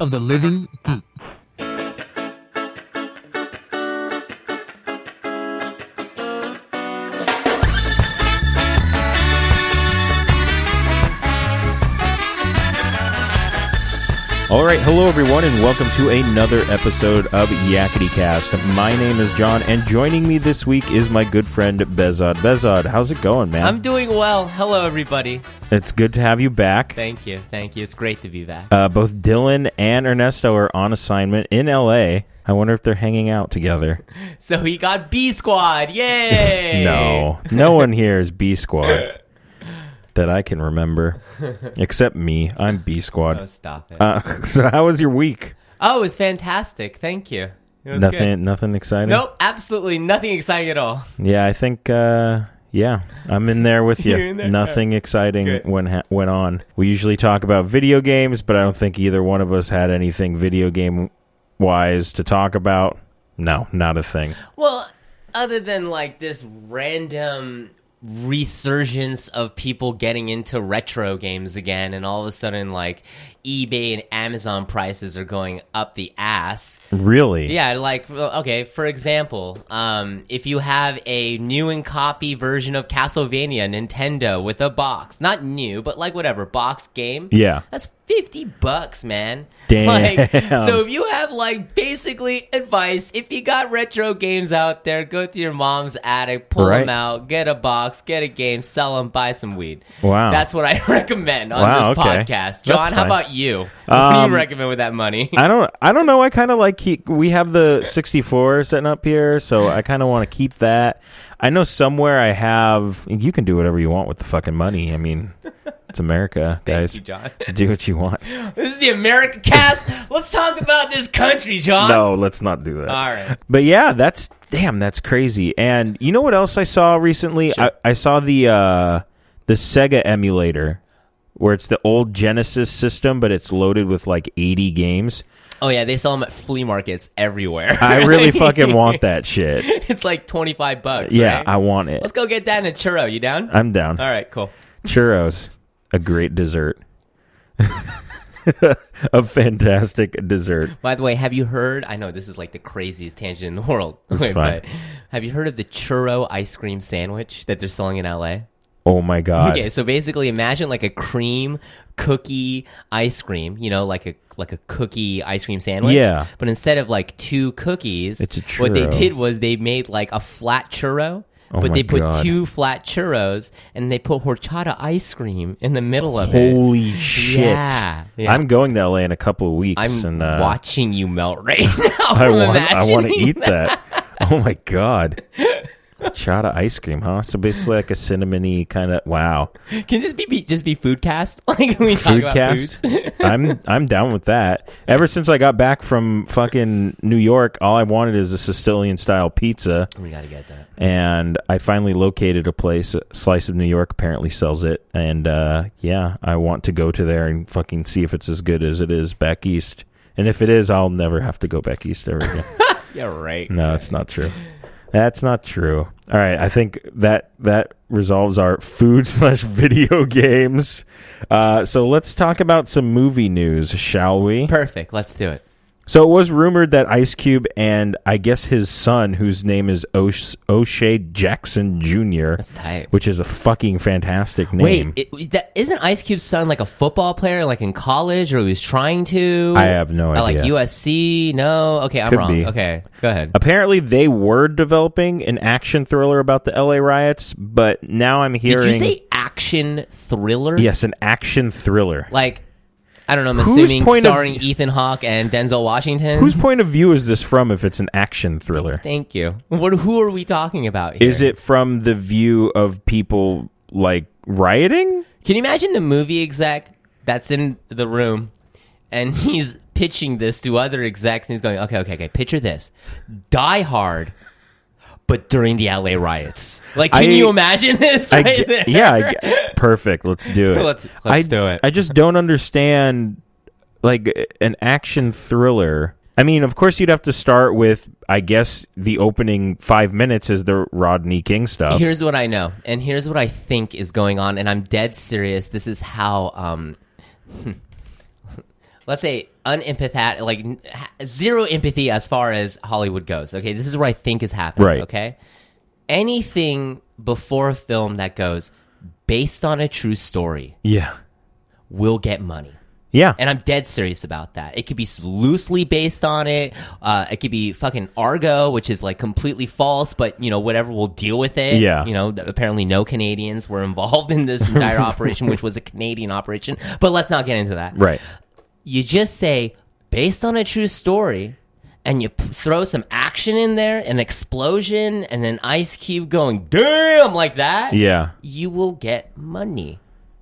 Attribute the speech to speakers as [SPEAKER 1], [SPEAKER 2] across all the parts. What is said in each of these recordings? [SPEAKER 1] of the living poop.
[SPEAKER 2] All right, hello everyone, and welcome to another episode of Yakety Cast. My name is John, and joining me this week is my good friend Bezod. Bezod, how's it going, man?
[SPEAKER 3] I'm doing well. Hello, everybody.
[SPEAKER 2] it's good to have you back.
[SPEAKER 3] Thank you. Thank you. It's great to be back.
[SPEAKER 2] Uh, both Dylan and Ernesto are on assignment in LA. I wonder if they're hanging out together.
[SPEAKER 3] So he got B Squad. Yay!
[SPEAKER 2] No, no one here is B Squad that I can remember, except me. I'm B
[SPEAKER 3] Oh,
[SPEAKER 2] Squad.
[SPEAKER 3] stop it.
[SPEAKER 2] Uh, so, how was your week?
[SPEAKER 3] oh, it was fantastic. Thank you. It was
[SPEAKER 2] Nothing,
[SPEAKER 3] Good.
[SPEAKER 2] nothing exciting.
[SPEAKER 3] Nope, absolutely nothing exciting at all.
[SPEAKER 2] Yeah, I think. Uh, yeah, I'm in there with you.
[SPEAKER 3] You're in there?
[SPEAKER 2] Nothing exciting
[SPEAKER 3] Good.
[SPEAKER 2] went ha- went on. We usually talk about video games, but I don't think either one of us had anything video game wise to talk about. No, not a thing.
[SPEAKER 3] Well, other than like this random resurgence of people getting into retro games again, and all of a sudden, like eBay and Amazon prices are going up the ass.
[SPEAKER 2] Really?
[SPEAKER 3] Yeah, like well, okay, for example, um, if you have a new and copy version of Castlevania Nintendo with a box, not new, but like whatever box game,
[SPEAKER 2] Yeah.
[SPEAKER 3] that's fifty bucks, man.
[SPEAKER 2] Damn.
[SPEAKER 3] Like, so if you have like basically advice, if you got retro games out there, go to your mom's attic, pull
[SPEAKER 2] Right.
[SPEAKER 3] them out, get a box, get a game, sell them, buy some weed.
[SPEAKER 2] Wow.
[SPEAKER 3] that's what I recommend on
[SPEAKER 2] Wow,
[SPEAKER 3] this
[SPEAKER 2] okay. That's
[SPEAKER 3] podcast. John,
[SPEAKER 2] fine.
[SPEAKER 3] how about you? what do
[SPEAKER 2] Um,
[SPEAKER 3] you recommend with that money?
[SPEAKER 2] I don't. I don't know. I kind of like keep. We have the 64 sitting up here, so I kind of want to keep that. I know somewhere I have. You can do whatever you want with the fucking money. I mean, it's America, guys.
[SPEAKER 3] you, John.
[SPEAKER 2] Do what you want.
[SPEAKER 3] This is the America cast. Let's talk about this country, John.
[SPEAKER 2] No, let's not do that.
[SPEAKER 3] All right.
[SPEAKER 2] But yeah, that's damn, that's crazy. And you know what else I saw recently?
[SPEAKER 3] Sure.
[SPEAKER 2] I, I saw the uh, the Sega emulator, where it's the old Genesis system, but it's loaded with like eighty games.
[SPEAKER 3] Oh yeah, they sell them at flea markets everywhere.
[SPEAKER 2] I really fucking want that shit.
[SPEAKER 3] it's like twenty five bucks.
[SPEAKER 2] Yeah,
[SPEAKER 3] right?
[SPEAKER 2] I Uh, want it.
[SPEAKER 3] Let's go get that in a churro. You down?
[SPEAKER 2] I'm down.
[SPEAKER 3] All right, cool.
[SPEAKER 2] Churros, a great dessert. a fantastic dessert.
[SPEAKER 3] By the way, have you heard? I know this is like the craziest tangent in the world. Wait,
[SPEAKER 2] fine.
[SPEAKER 3] But have you heard of the churro ice cream sandwich that they're selling in LA?
[SPEAKER 2] Oh my god.
[SPEAKER 3] Okay, so basically, imagine like a cream cookie ice cream. You know, like a like a cookie ice cream sandwich.
[SPEAKER 2] Yeah.
[SPEAKER 3] But instead of like two cookies,
[SPEAKER 2] It's a
[SPEAKER 3] What they
[SPEAKER 2] churro.
[SPEAKER 3] did was they made like a flat churro.
[SPEAKER 2] Oh
[SPEAKER 3] but
[SPEAKER 2] my
[SPEAKER 3] they put
[SPEAKER 2] God.
[SPEAKER 3] two flat churros and they put horchata ice cream in the middle of it.
[SPEAKER 2] Holy shit.
[SPEAKER 3] Yeah, yeah.
[SPEAKER 2] I'm going to LA in a couple of weeks
[SPEAKER 3] I'm
[SPEAKER 2] and uh,
[SPEAKER 3] watching you melt right now.
[SPEAKER 2] I
[SPEAKER 3] I'm
[SPEAKER 2] want. I want to
[SPEAKER 3] imagining
[SPEAKER 2] eat that. oh my god. Chata ice cream, huh? So basically, like a cinnamony kind of. Wow,
[SPEAKER 3] that. Can it just be, be just be food cast. Like we talk about
[SPEAKER 2] Foodcast?
[SPEAKER 3] foods.
[SPEAKER 2] I'm I'm down with that. Ever since I got back from fucking New York, all I wanted is a Sicilian style pizza,
[SPEAKER 3] We gotta get that.
[SPEAKER 2] and I finally located a place. Slice of New York apparently sells it, and uh, yeah, I want to go to there and fucking see if it's as good as it is back east. And if it is, I'll never have to go back east ever again.
[SPEAKER 3] Yeah, right.
[SPEAKER 2] No, that's not true. That's not true. All right, I think that that resolves our food slash video games. Uh, so let's talk about some movie news, shall we?
[SPEAKER 3] Perfect. Let's do it.
[SPEAKER 2] So it was rumored that Ice Cube and I guess his son, whose name is O'Sh- O'Shea Jackson Jr.,
[SPEAKER 3] That's tight.
[SPEAKER 2] which is a fucking fantastic name.
[SPEAKER 3] Wait, it, that, isn't Ice Cube's son like a football player, like in college, or he was trying to?
[SPEAKER 2] I have no
[SPEAKER 3] Or,
[SPEAKER 2] idea.
[SPEAKER 3] Like USC? No. Okay, I'm
[SPEAKER 2] Could
[SPEAKER 3] wrong.
[SPEAKER 2] be.
[SPEAKER 3] Okay, go ahead.
[SPEAKER 2] Apparently, they were developing an action thriller about the LA riots, but now I'm
[SPEAKER 3] Did
[SPEAKER 2] hearing
[SPEAKER 3] you say action thriller?
[SPEAKER 2] yes, an action thriller.
[SPEAKER 3] Like, I don't know. I'm
[SPEAKER 2] Whose
[SPEAKER 3] assuming
[SPEAKER 2] point of-
[SPEAKER 3] starring Ethan Hawke and Denzel Washington.
[SPEAKER 2] Whose point of view is this from if it's an action thriller?
[SPEAKER 3] Thank you. What? Who are we talking about here?
[SPEAKER 2] Is it from the view of people like rioting?
[SPEAKER 3] Can you imagine the movie exec that's in the room and he's pitching this to other execs and he's going, okay, okay, okay, picture this. Die hard, but during the LA riots. Like, can
[SPEAKER 2] I-
[SPEAKER 3] you imagine this?
[SPEAKER 2] I
[SPEAKER 3] right
[SPEAKER 2] ge-
[SPEAKER 3] there?
[SPEAKER 2] yeah, I ge- perfect. Let's do it.
[SPEAKER 3] Let's- let's
[SPEAKER 2] I,
[SPEAKER 3] do it.
[SPEAKER 2] I just don't understand like an action thriller. I mean, of course, you'd have to start with, I guess, the opening five minutes is the Rodney King stuff.
[SPEAKER 3] Here's what I know, and here's what I think is going on, and I'm dead serious. This is how, um, let's say, unempathetic, like n- ha- zero empathy as far as Hollywood goes. Okay, this is what I think is happening.
[SPEAKER 2] Right.
[SPEAKER 3] Okay, anything before a film that goes based on a true story
[SPEAKER 2] Yeah.
[SPEAKER 3] will get money.
[SPEAKER 2] Yeah.
[SPEAKER 3] And I'm dead serious about that. It could be loosely based on it. Uh, it could be fucking Argo, which is like completely false, but you know, whatever, we'll deal with it.
[SPEAKER 2] Yeah.
[SPEAKER 3] You know, th- apparently no Canadians were involved in this entire operation, which was a Canadian operation, but let's not get into that.
[SPEAKER 2] right.
[SPEAKER 3] You just say, based on a true story, and you p- throw some action in there, an explosion, and then Ice Cube going, damn, like that
[SPEAKER 2] Yeah.
[SPEAKER 3] you will get money.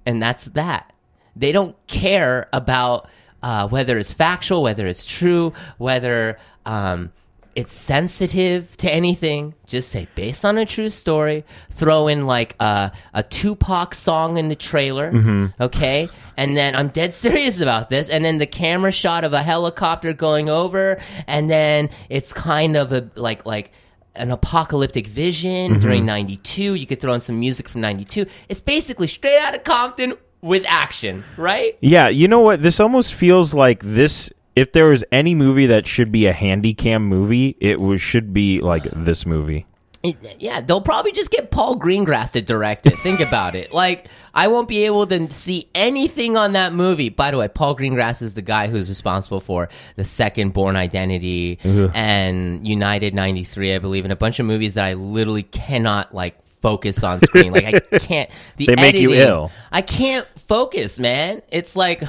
[SPEAKER 3] And that's that. They don't care about uh, whether it's factual, whether it's true, whether um, it's sensitive to anything. Just say, based on a true story, throw in like a, a Tupac song in the trailer. Okay. And then I'm dead serious about this. And then the camera shot of a helicopter going over. And then it's kind of a like, like, an apocalyptic vision during 92 you could throw in some music from 92 it's basically straight out of compton with action right
[SPEAKER 2] Yeah, you know what? This almost feels like this. If there was any movie that should be a handy cam movie, it was, should be like this movie.
[SPEAKER 3] It- yeah they'll probably just get paul greengrass to direct it think about it like i won't be able to see anything on that movie by the way paul greengrass is the guy who's responsible for the second born identity
[SPEAKER 2] Mm-hmm.
[SPEAKER 3] and united 93 i believe and a bunch of movies that i literally cannot like focus on screen like i can't the
[SPEAKER 2] They make you
[SPEAKER 3] editing-
[SPEAKER 2] ill.
[SPEAKER 3] I can't focus, man. It's like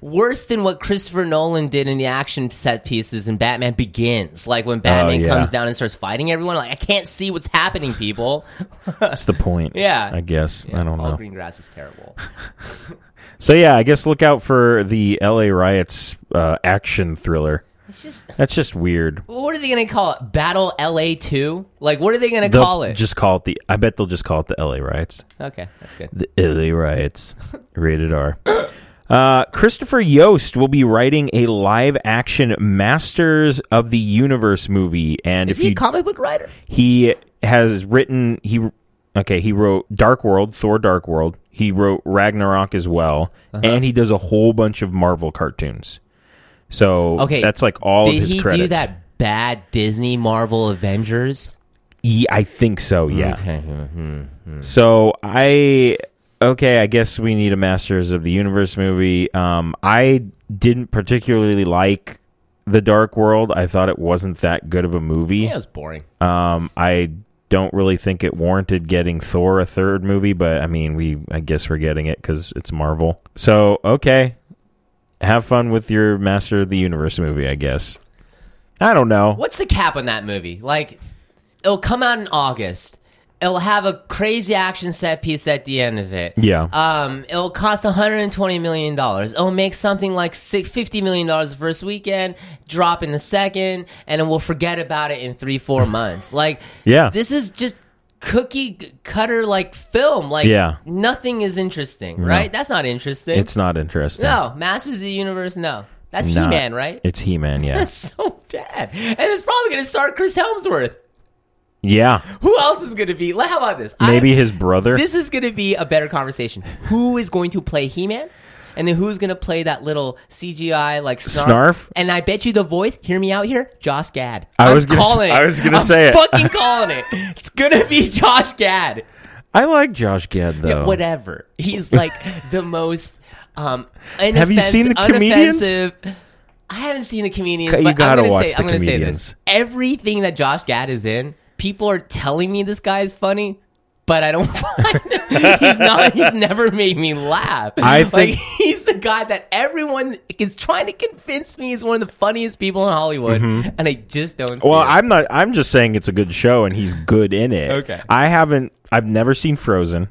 [SPEAKER 3] worse than what Christopher Nolan did in the action set pieces in Batman Begins. Like when Batman
[SPEAKER 2] Oh, yeah.
[SPEAKER 3] comes down and starts fighting everyone, like I can't see what's happening, people.
[SPEAKER 2] That's the point.
[SPEAKER 3] Yeah.
[SPEAKER 2] I guess. I don't
[SPEAKER 3] All
[SPEAKER 2] know.
[SPEAKER 3] green grass is terrible.
[SPEAKER 2] So, yeah, I guess look out for the LA Riots uh, action thriller.
[SPEAKER 3] It's just
[SPEAKER 2] That's just weird.
[SPEAKER 3] what are they gonna call it? Battle LA two? Like what are they gonna
[SPEAKER 2] They'll
[SPEAKER 3] call it?
[SPEAKER 2] Just call it the. I bet they'll just call it the LA Riots.
[SPEAKER 3] okay, that's good.
[SPEAKER 2] The LA Riots. Rated R. Uh, Christopher Yost will be writing a live action Masters of the Universe movie. And
[SPEAKER 3] Is
[SPEAKER 2] if
[SPEAKER 3] he a
[SPEAKER 2] you
[SPEAKER 3] comic book writer?
[SPEAKER 2] He has written he okay, he wrote Dark World, Thor Dark World. He wrote Ragnarok as well,
[SPEAKER 3] Uh-huh.
[SPEAKER 2] and he does a whole bunch of Marvel cartoons. So
[SPEAKER 3] Okay,
[SPEAKER 2] that's like all
[SPEAKER 3] Did
[SPEAKER 2] of his
[SPEAKER 3] he
[SPEAKER 2] credits.
[SPEAKER 3] do that bad Disney Marvel Avengers?
[SPEAKER 2] Ye- I think so, yeah.
[SPEAKER 3] Okay. Hmm.
[SPEAKER 2] So I okay, I guess we need a Masters of the Universe movie. Um I didn't particularly like The Dark World. I thought it wasn't that good of a movie.
[SPEAKER 3] Yeah, it was boring.
[SPEAKER 2] Um, I don't really think it warranted getting Thor a third movie, but I mean, we I guess we're getting it because it's Marvel. So okay, have fun with your Master of the Universe movie, I guess. I don't know.
[SPEAKER 3] What's the cap on that movie? Like, it'll come out in August. It'll have a crazy action set piece at the end of it.
[SPEAKER 2] Yeah.
[SPEAKER 3] Um, it'll cost 120 million dollars. It'll make something like six- 50 million dollars the first weekend, drop in the second, and then we'll forget about it in three, four months. Like,
[SPEAKER 2] Yeah.
[SPEAKER 3] this is just cookie cutter like film. Like,
[SPEAKER 2] Yeah.
[SPEAKER 3] nothing is interesting, right? That's not interesting.
[SPEAKER 2] It's not interesting.
[SPEAKER 3] no, Masters of the Universe. No, that's
[SPEAKER 2] Not-
[SPEAKER 3] He-Man, right?
[SPEAKER 2] It's He Man. Yeah,
[SPEAKER 3] That's so bad. And it's probably going to start Chris Helmsworth.
[SPEAKER 2] yeah.
[SPEAKER 3] Who else is going to be? How about this? I-
[SPEAKER 2] Maybe his brother.
[SPEAKER 3] this is going to be a better conversation. Who is going to play He Man? And then who's going to play that little CGI like snarf?
[SPEAKER 2] Snarf?
[SPEAKER 3] And I bet you the voice, hear me out here, Josh Gad.
[SPEAKER 2] I
[SPEAKER 3] I'm
[SPEAKER 2] was gonna-
[SPEAKER 3] calling
[SPEAKER 2] I
[SPEAKER 3] it.
[SPEAKER 2] was gonna
[SPEAKER 3] I'm
[SPEAKER 2] say it.
[SPEAKER 3] fucking calling it. It's going to be Josh Gad.
[SPEAKER 2] I like Josh Gad though.
[SPEAKER 3] Whatever. He's like the most um unoffensive,
[SPEAKER 2] Have you seen the comedians?
[SPEAKER 3] unoffensive- I haven't seen the comedians,
[SPEAKER 2] Okay, you
[SPEAKER 3] but
[SPEAKER 2] gotta
[SPEAKER 3] I'm gonna
[SPEAKER 2] watch
[SPEAKER 3] say
[SPEAKER 2] the
[SPEAKER 3] I'm gonna say
[SPEAKER 2] comedians.
[SPEAKER 3] this. Everything that Josh Gad is in, people are telling me this guy is funny. But I don't find him. he's not. He's never made me laugh.
[SPEAKER 2] I
[SPEAKER 3] like,
[SPEAKER 2] think-
[SPEAKER 3] he's the guy that everyone is trying to convince me is one of the funniest people in Hollywood, and I just don't. See
[SPEAKER 2] Mm-hmm. Well,
[SPEAKER 3] it.
[SPEAKER 2] I'm not. I'm just saying it's a good show and he's good in it.
[SPEAKER 3] Okay.
[SPEAKER 2] I haven't. I've never seen Frozen.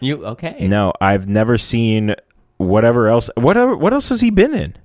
[SPEAKER 3] you okay?
[SPEAKER 2] No, I've never seen whatever else. Whatever. What else has he been in?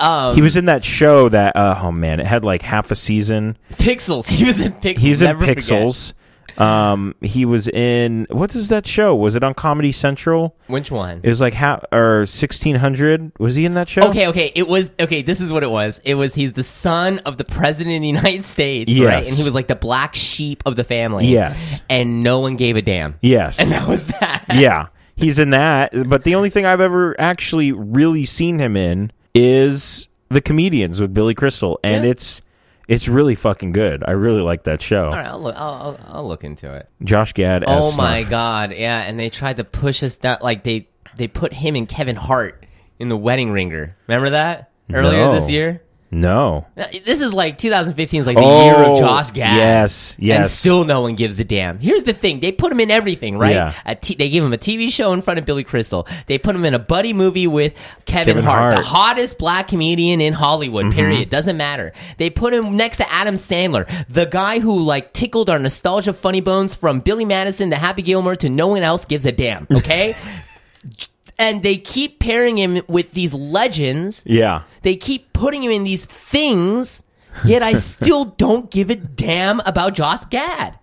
[SPEAKER 3] Um,
[SPEAKER 2] He was in that show that uh, oh man, it had like half a season.
[SPEAKER 3] Pixels. He was in Pixels.
[SPEAKER 2] He's in
[SPEAKER 3] Never forget.
[SPEAKER 2] Pixels. Um, he was in what is that show? Was it on Comedy Central?
[SPEAKER 3] Which one?
[SPEAKER 2] It was like ha- or sixteen hundred. Was he in that show?
[SPEAKER 3] Okay, okay. It was okay. This is what it was. It was he's the son of the president of the United States, right?
[SPEAKER 2] Yes.
[SPEAKER 3] And he was like the black sheep of the family.
[SPEAKER 2] Yes.
[SPEAKER 3] And no one gave a damn.
[SPEAKER 2] Yes.
[SPEAKER 3] And that was that.
[SPEAKER 2] yeah. He's in that. But the only thing I've ever actually really seen him in is the comedians with Billy Crystal, and
[SPEAKER 3] Yeah.
[SPEAKER 2] it's it's really fucking good. I really like that show.
[SPEAKER 3] All right, I'll look. I'll, I'll, I'll look into it.
[SPEAKER 2] Josh Gad. as
[SPEAKER 3] oh my
[SPEAKER 2] Snuff.
[SPEAKER 3] god, yeah. And they tried to push us down. Like they they put him and Kevin Hart in the Wedding Ringer. Remember that earlier
[SPEAKER 2] No.
[SPEAKER 3] this year.
[SPEAKER 2] No.
[SPEAKER 3] Uh, This is like 2015 is like the year
[SPEAKER 2] Oh,
[SPEAKER 3] of Josh Gad.
[SPEAKER 2] yes, yes.
[SPEAKER 3] And still no one gives a damn. Here's the thing: they put him in everything, right?
[SPEAKER 2] Yeah.
[SPEAKER 3] A t- they gave him a TV show in front of Billy Crystal. They put him in a buddy movie with Kevin,
[SPEAKER 2] Kevin
[SPEAKER 3] Hart, the
[SPEAKER 2] Hart. Mm-hmm.
[SPEAKER 3] hottest black comedian in Hollywood. Period. Doesn't matter. They put him next to Adam Sandler, the guy who like tickled our nostalgia funny bones from Billy Madison to Happy Gilmore to no one else gives a damn. Okay. And they keep pairing him with these legends
[SPEAKER 2] Yeah.
[SPEAKER 3] they keep putting him in these things, yet I still don't give a damn about Josh Gad.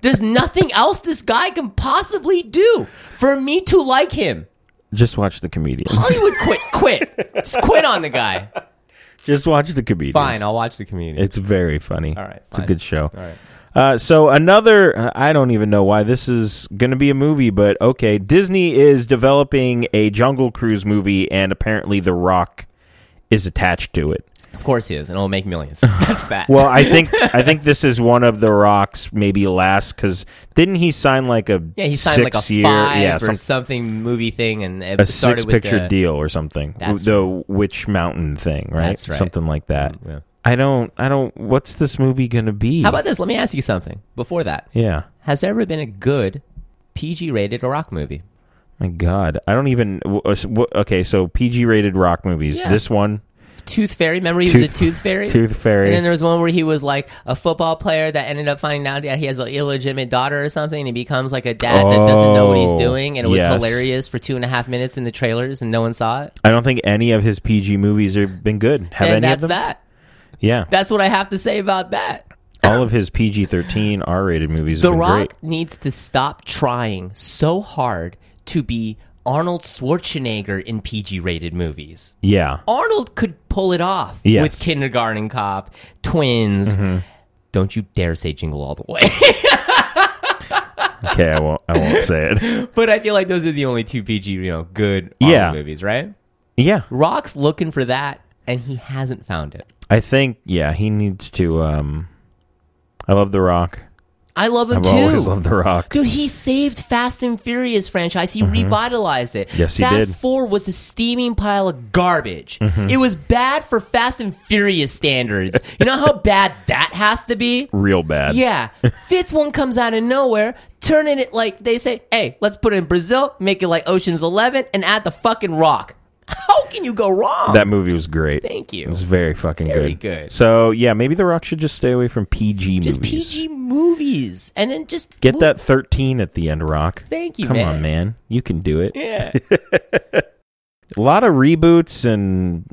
[SPEAKER 3] There's nothing else this guy can possibly do for me to like him.
[SPEAKER 2] Just watch the comedians.
[SPEAKER 3] Hollywood quit, quit. Just quit on the guy.
[SPEAKER 2] Just watch the comedians.
[SPEAKER 3] Fine, I'll watch the comedian.
[SPEAKER 2] It's very funny.
[SPEAKER 3] All right,
[SPEAKER 2] It's a
[SPEAKER 3] fine.
[SPEAKER 2] good show.
[SPEAKER 3] All right.
[SPEAKER 2] Uh, so another, I don't even know why this is going to be a movie, but okay, Disney is developing a Jungle Cruise movie, and apparently The Rock is attached to it.
[SPEAKER 3] Of course he is, and it'll make millions. That's that.
[SPEAKER 2] Well, I think I think this is one of The Rock's maybe last because didn't he sign like a
[SPEAKER 3] yeah, he signed
[SPEAKER 2] six
[SPEAKER 3] like a five
[SPEAKER 2] year yeah
[SPEAKER 3] or
[SPEAKER 2] some-
[SPEAKER 3] something movie thing, and it
[SPEAKER 2] a
[SPEAKER 3] started
[SPEAKER 2] six picture
[SPEAKER 3] with the,
[SPEAKER 2] deal or something
[SPEAKER 3] That's
[SPEAKER 2] the Witch Mountain thing right?
[SPEAKER 3] That's right. Mm,
[SPEAKER 2] something like that.
[SPEAKER 3] yeah.
[SPEAKER 2] I don't I don't what's this movie going to be?
[SPEAKER 3] How about this? Let me ask you something. Before that,
[SPEAKER 2] yeah.
[SPEAKER 3] has there ever been a good PG-rated rock movie?
[SPEAKER 2] My God, I don't even. w- uh, s- w- Okay, so PG rated rock movies.
[SPEAKER 3] Yeah.
[SPEAKER 2] This one,
[SPEAKER 3] Tooth Fairy. Remember, he was a
[SPEAKER 2] Tooth-
[SPEAKER 3] Tooth Fairy.
[SPEAKER 2] Tooth Fairy.
[SPEAKER 3] And then there was one where he was like a football player that ended up finding out that he has an illegitimate daughter or something, and he becomes like a dad that doesn't know what
[SPEAKER 2] Oh,
[SPEAKER 3] he's doing, and it was
[SPEAKER 2] yes.
[SPEAKER 3] hilarious for two and a half minutes in the trailers, and no one saw it.
[SPEAKER 2] I don't think any of his PG movies have been good. Have any
[SPEAKER 3] and that's
[SPEAKER 2] of them?
[SPEAKER 3] that.
[SPEAKER 2] Yeah,
[SPEAKER 3] That's what I have to say about that.
[SPEAKER 2] all of his PG thirteen R rated movies.
[SPEAKER 3] The
[SPEAKER 2] have been
[SPEAKER 3] Rock
[SPEAKER 2] great.
[SPEAKER 3] needs to stop trying so hard to be Arnold Schwarzenegger in PG-rated movies.
[SPEAKER 2] Yeah,
[SPEAKER 3] Arnold could pull it off
[SPEAKER 2] Yes. Mm-hmm.
[SPEAKER 3] with Kindergarten Cop, Twins. Don't you dare say Jingle All the Way.
[SPEAKER 2] okay, I won't. I won't say it.
[SPEAKER 3] but I feel like those are the only two PG, you know, good Arnold
[SPEAKER 2] Yeah.
[SPEAKER 3] movies, right?
[SPEAKER 2] Yeah,
[SPEAKER 3] Rock's looking for that, and he hasn't found it.
[SPEAKER 2] I think. Yeah, he needs to. Um, I love The Rock.
[SPEAKER 3] I love him
[SPEAKER 2] I've
[SPEAKER 3] too.
[SPEAKER 2] always loved The Rock. Mm-hmm.
[SPEAKER 3] Dude, he saved Fast and Furious franchise. He revitalized it.
[SPEAKER 2] Yes, he
[SPEAKER 3] Fast
[SPEAKER 2] did. Mm-hmm.
[SPEAKER 3] Four was a steaming pile of garbage. It was bad for Fast and Furious standards. you know how bad that has to be?
[SPEAKER 2] Real bad.
[SPEAKER 3] Yeah. Fifth one comes out of nowhere, turning it like they say, hey, let's put it in Brazil, make it like Ocean's 11, and add the fucking rock. How can you go wrong?
[SPEAKER 2] that movie was great.
[SPEAKER 3] Thank you.
[SPEAKER 2] It's very fucking
[SPEAKER 3] Very
[SPEAKER 2] good.
[SPEAKER 3] good.
[SPEAKER 2] So yeah, maybe The Rock should just stay away from PG
[SPEAKER 3] Just
[SPEAKER 2] movies.
[SPEAKER 3] PG movies. And then just
[SPEAKER 2] Get
[SPEAKER 3] move-
[SPEAKER 2] that 13 at the end, Rock.
[SPEAKER 3] Thank you,
[SPEAKER 2] Come
[SPEAKER 3] man.
[SPEAKER 2] on, man. You can do it.
[SPEAKER 3] Yeah.
[SPEAKER 2] A lot of reboots and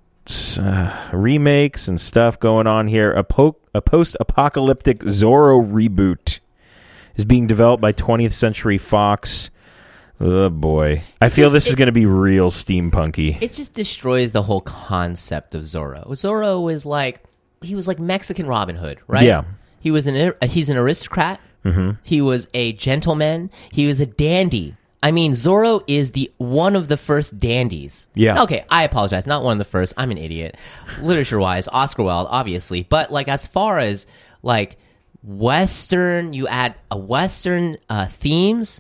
[SPEAKER 2] uh, remakes and stuff going on here. A, po- a post apocalyptic Zorro reboot is being developed by 20th Century Fox. Oh, boy. I feel
[SPEAKER 3] just-
[SPEAKER 2] this is
[SPEAKER 3] it-
[SPEAKER 2] going to be real steampunky.
[SPEAKER 3] it just destroys the whole concept of Zorro. Zorro was like he was like Mexican Robin Hood, right?
[SPEAKER 2] Yeah.
[SPEAKER 3] He was an he's an aristocrat. Mm-hmm. He was a gentleman. He was a dandy. I mean, Zorro is the one of the first dandies.
[SPEAKER 2] Yeah.
[SPEAKER 3] Okay, I apologize. Not one of the first. I'm an idiot. Literature wise, Oscar Wilde, obviously, but like as far as like Western, you add a Western uh, themes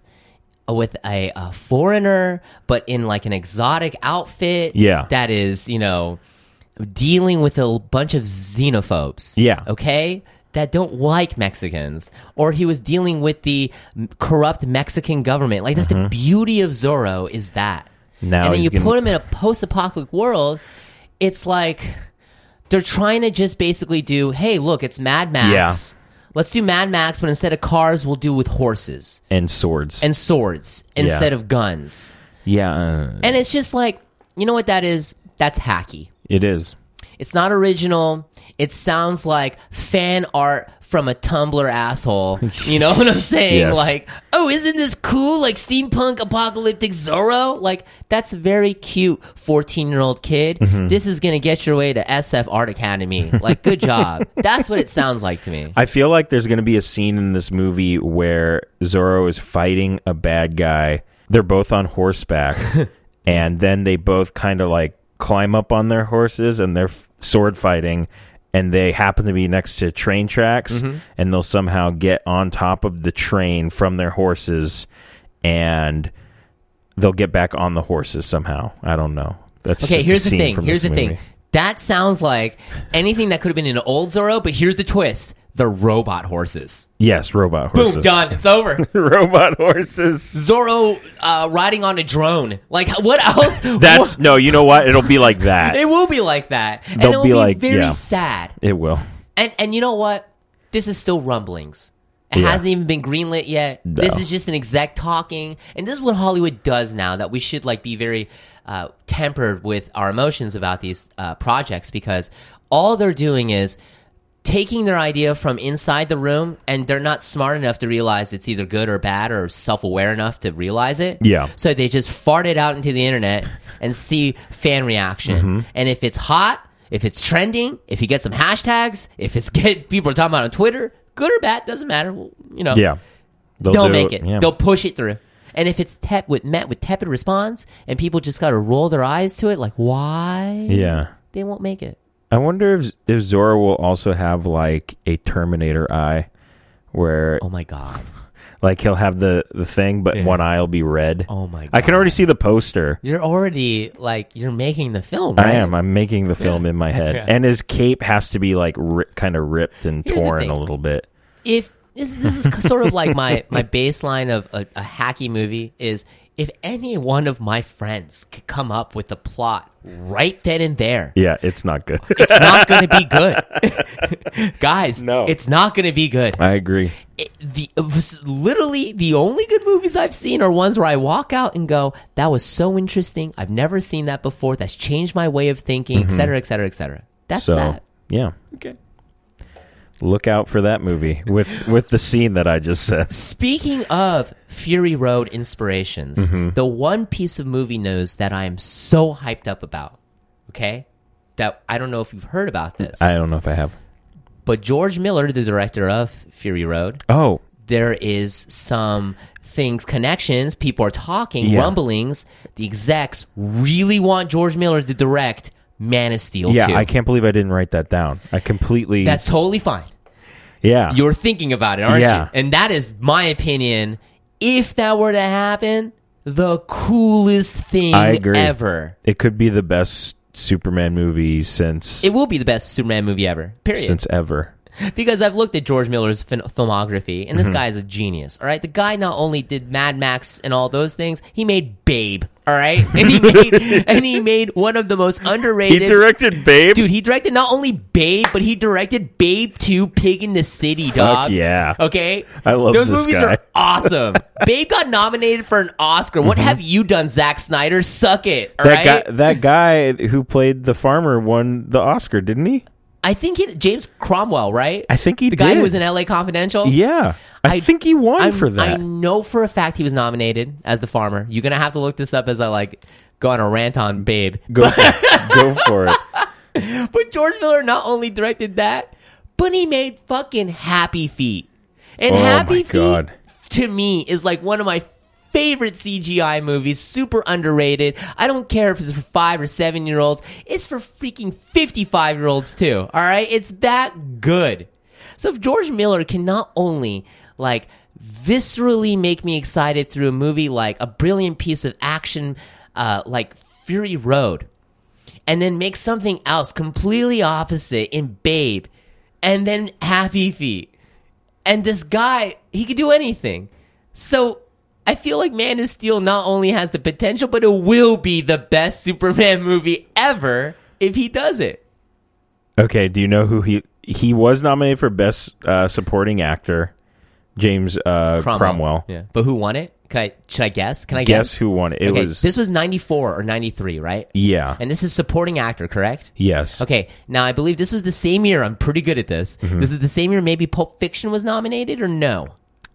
[SPEAKER 3] with a, a foreigner, but in like an exotic outfit.
[SPEAKER 2] Yeah.
[SPEAKER 3] That is, you know, dealing with a bunch of xenophobes.
[SPEAKER 2] Yeah.
[SPEAKER 3] Okay. That don't like Mexicans. Or he was dealing with the m- corrupt Mexican government. Like, that's the beauty of Zorro is that.
[SPEAKER 2] Mm-hmm. Now
[SPEAKER 3] and then
[SPEAKER 2] he's
[SPEAKER 3] you
[SPEAKER 2] gonna-
[SPEAKER 3] put him in a post apocalyptic world, it's like they're trying to just basically do, hey, look, it's Mad Max. Let's do Mad Max, but instead of cars, we'll do with horses
[SPEAKER 2] And swords.
[SPEAKER 3] and swords instead of guns.
[SPEAKER 2] yeah, uh,
[SPEAKER 3] And it's just like, you know what that is? That's hacky.
[SPEAKER 2] it is.
[SPEAKER 3] It's not original. It sounds like fan art from a Tumblr asshole. You know what I'm saying?
[SPEAKER 2] Yes.
[SPEAKER 3] Like, oh, isn't this cool? Like steampunk apocalyptic Zorro? Like, that's a very cute 14 year old kid. This is going to get your way to SF Art Academy. Like, good job. that's what it sounds like to me.
[SPEAKER 2] I feel like there's going to be a scene in this movie where Zorro is fighting a bad guy. They're both on horseback, and then they both kind of like climb up on their horses and they're f- sword fighting and they happen to be next to train tracks
[SPEAKER 3] Mm-hmm.
[SPEAKER 2] and they'll somehow get on top of the train from their horses and they'll get back on the horses somehow. I don't know. That's
[SPEAKER 3] Okay,
[SPEAKER 2] just a
[SPEAKER 3] here's the
[SPEAKER 2] scene
[SPEAKER 3] thing.
[SPEAKER 2] from
[SPEAKER 3] Here's the
[SPEAKER 2] this
[SPEAKER 3] thing.
[SPEAKER 2] movie.
[SPEAKER 3] That sounds like anything that could have been in old Zorro, but here's the twist. The robot horses.
[SPEAKER 2] Yes, robot horses.
[SPEAKER 3] Boom, done. It's over.
[SPEAKER 2] robot horses.
[SPEAKER 3] Zorro uh, riding on a drone. Like, what else?
[SPEAKER 2] That's no, you know what? It'll be like that.
[SPEAKER 3] It will be like that. and
[SPEAKER 2] They'll
[SPEAKER 3] it'll
[SPEAKER 2] be
[SPEAKER 3] be,
[SPEAKER 2] like-
[SPEAKER 3] very
[SPEAKER 2] yeah.
[SPEAKER 3] sad.
[SPEAKER 2] It will.
[SPEAKER 3] And and you know what? This is still rumblings. It
[SPEAKER 2] Yeah.
[SPEAKER 3] hasn't even been greenlit yet. This
[SPEAKER 2] No.
[SPEAKER 3] is just an exec talking, and this is what Hollywood does now. That we should like be very uh, tempered with our emotions about these uh, projects because all they're doing is taking their idea from inside the room, and they're not smart enough to realize it's either good or bad, or self-aware enough to realize it.
[SPEAKER 2] Yeah.
[SPEAKER 3] So they just fart it out into the internet and see fan reaction.
[SPEAKER 2] Mm-hmm.
[SPEAKER 3] And if it's hot, if it's trending, if you get some hashtags, if it's get people are talking about it on Twitter, good or bad, doesn't matter. Well, you know,
[SPEAKER 2] Yeah. They'll
[SPEAKER 3] they'll
[SPEAKER 2] do
[SPEAKER 3] make it.
[SPEAKER 2] yeah.
[SPEAKER 3] They'll push it through. And if it's tep- with met with tepid response, and people just got to roll their eyes to it, like why?
[SPEAKER 2] yeah.
[SPEAKER 3] they won't make it.
[SPEAKER 2] I wonder if if Zora will also have like a Terminator eye where
[SPEAKER 3] Oh my god.
[SPEAKER 2] like he'll have the, the thing but
[SPEAKER 3] Yeah.
[SPEAKER 2] one eye will be red.
[SPEAKER 3] Oh my god.
[SPEAKER 2] I can already see the poster.
[SPEAKER 3] You're already like you're making the film. Right?
[SPEAKER 2] I am. I'm making the film in my head.
[SPEAKER 3] Yeah.
[SPEAKER 2] And his cape has to be like ri- kind of ripped and
[SPEAKER 3] Here's the
[SPEAKER 2] torn
[SPEAKER 3] thing.
[SPEAKER 2] a little bit.
[SPEAKER 3] if this, this is sort of like my, my baseline of a, a hacky movie is if any one of my friends could come up with the plot right then and there,
[SPEAKER 2] Yeah, it's not good.
[SPEAKER 3] it's not going to be good. Guys,
[SPEAKER 2] No.
[SPEAKER 3] it's not going to be good.
[SPEAKER 2] I agree.
[SPEAKER 3] It, the, it was literally the only good movies I've seen are ones where I walk out and go, that was so interesting. I've never seen that before. That's changed my way of thinking, et cetera, et cetera, et cetera. That's
[SPEAKER 2] Mm-hmm. so,
[SPEAKER 3] that.
[SPEAKER 2] yeah.
[SPEAKER 3] Okay.
[SPEAKER 2] Look out for that movie with with the scene that I just said.
[SPEAKER 3] Speaking of Fury Road inspirations,
[SPEAKER 2] Mm-hmm.
[SPEAKER 3] the one piece of movie news that I am so hyped up about, okay? That I don't know if you've heard about this,
[SPEAKER 2] I don't know if I have.
[SPEAKER 3] but George Miller, the director of Fury Road,
[SPEAKER 2] Oh,
[SPEAKER 3] there is some things, connections, people are talking,
[SPEAKER 2] Yeah.
[SPEAKER 3] rumblings. The execs really want George Miller to direct Man of Steel
[SPEAKER 2] yeah.
[SPEAKER 3] 2.
[SPEAKER 2] I can't believe I didn't write that down. I completely.
[SPEAKER 3] That's totally fine.
[SPEAKER 2] yeah.
[SPEAKER 3] you're thinking about it, aren't
[SPEAKER 2] Yeah.
[SPEAKER 3] you? And that is my opinion. If that were to happen, the coolest thing
[SPEAKER 2] I agree.
[SPEAKER 3] ever.
[SPEAKER 2] It could be the best Superman movie since
[SPEAKER 3] It will be the best Superman movie ever. Period.
[SPEAKER 2] since ever.
[SPEAKER 3] because I've looked at George Miller's fin- filmography, and this
[SPEAKER 2] Mm-hmm.
[SPEAKER 3] guy is a genius. All right, the guy not only did Mad Max and all those things, he made Babe. All right, and he made and he made one of the most underrated.
[SPEAKER 2] directed Babe.
[SPEAKER 3] Dude, he directed not only Babe, but he directed Babe 2 Pig in the City, dog.
[SPEAKER 2] yeah.
[SPEAKER 3] Okay?
[SPEAKER 2] I love
[SPEAKER 3] Those
[SPEAKER 2] this
[SPEAKER 3] movies
[SPEAKER 2] guy.
[SPEAKER 3] are awesome. Babe got nominated for an Oscar. What have you done, Zack Snyder? Suck it. All
[SPEAKER 2] Mm-hmm. that
[SPEAKER 3] right.
[SPEAKER 2] guy. That guy who played the farmer won the Oscar, didn't he?
[SPEAKER 3] I think he, James Cromwell, right?
[SPEAKER 2] I think he
[SPEAKER 3] the guy
[SPEAKER 2] did.
[SPEAKER 3] who was in LA Confidential?
[SPEAKER 2] Yeah, I,
[SPEAKER 3] I-
[SPEAKER 2] think he won
[SPEAKER 3] I'm-
[SPEAKER 2] for that.
[SPEAKER 3] I know for a fact he was nominated as the farmer. You're gonna have to look this up as I like go on a rant on Babe.
[SPEAKER 2] go, for it. go for it.
[SPEAKER 3] But George Miller not only directed that, but he made fucking Happy Feet. And
[SPEAKER 2] Oh
[SPEAKER 3] Happy
[SPEAKER 2] my
[SPEAKER 3] Feet
[SPEAKER 2] God.
[SPEAKER 3] to me is like one of my favorite CGI movies, super underrated. I don't care if it's for 5 or 7 year olds, it's for freaking 55 year olds too. All right? It's that good. So if George Miller can not only like viscerally make me excited through a movie like a brilliant piece of action uh like Fury Road, and then make something else completely opposite in Babe, and then Happy Feet. And this guy, he could do anything. So I feel like Man of Steel not only has the potential, but it will be the best Superman movie ever if he does it.
[SPEAKER 2] Okay, do you know who he he was nominated for best uh, supporting actor? James uh, Cromwell.
[SPEAKER 3] Yeah. But who won it? Can I, should I guess? Can I guess?
[SPEAKER 2] Guess who won it? It
[SPEAKER 3] okay,
[SPEAKER 2] was
[SPEAKER 3] this was 94 or 93, right?
[SPEAKER 2] yeah.
[SPEAKER 3] And this is supporting actor, correct?
[SPEAKER 2] yes.
[SPEAKER 3] Okay, now I believe this was the same year. I'm pretty good at this.
[SPEAKER 2] Mm-hmm.
[SPEAKER 3] This is the same year maybe Pulp Fiction was nominated or no?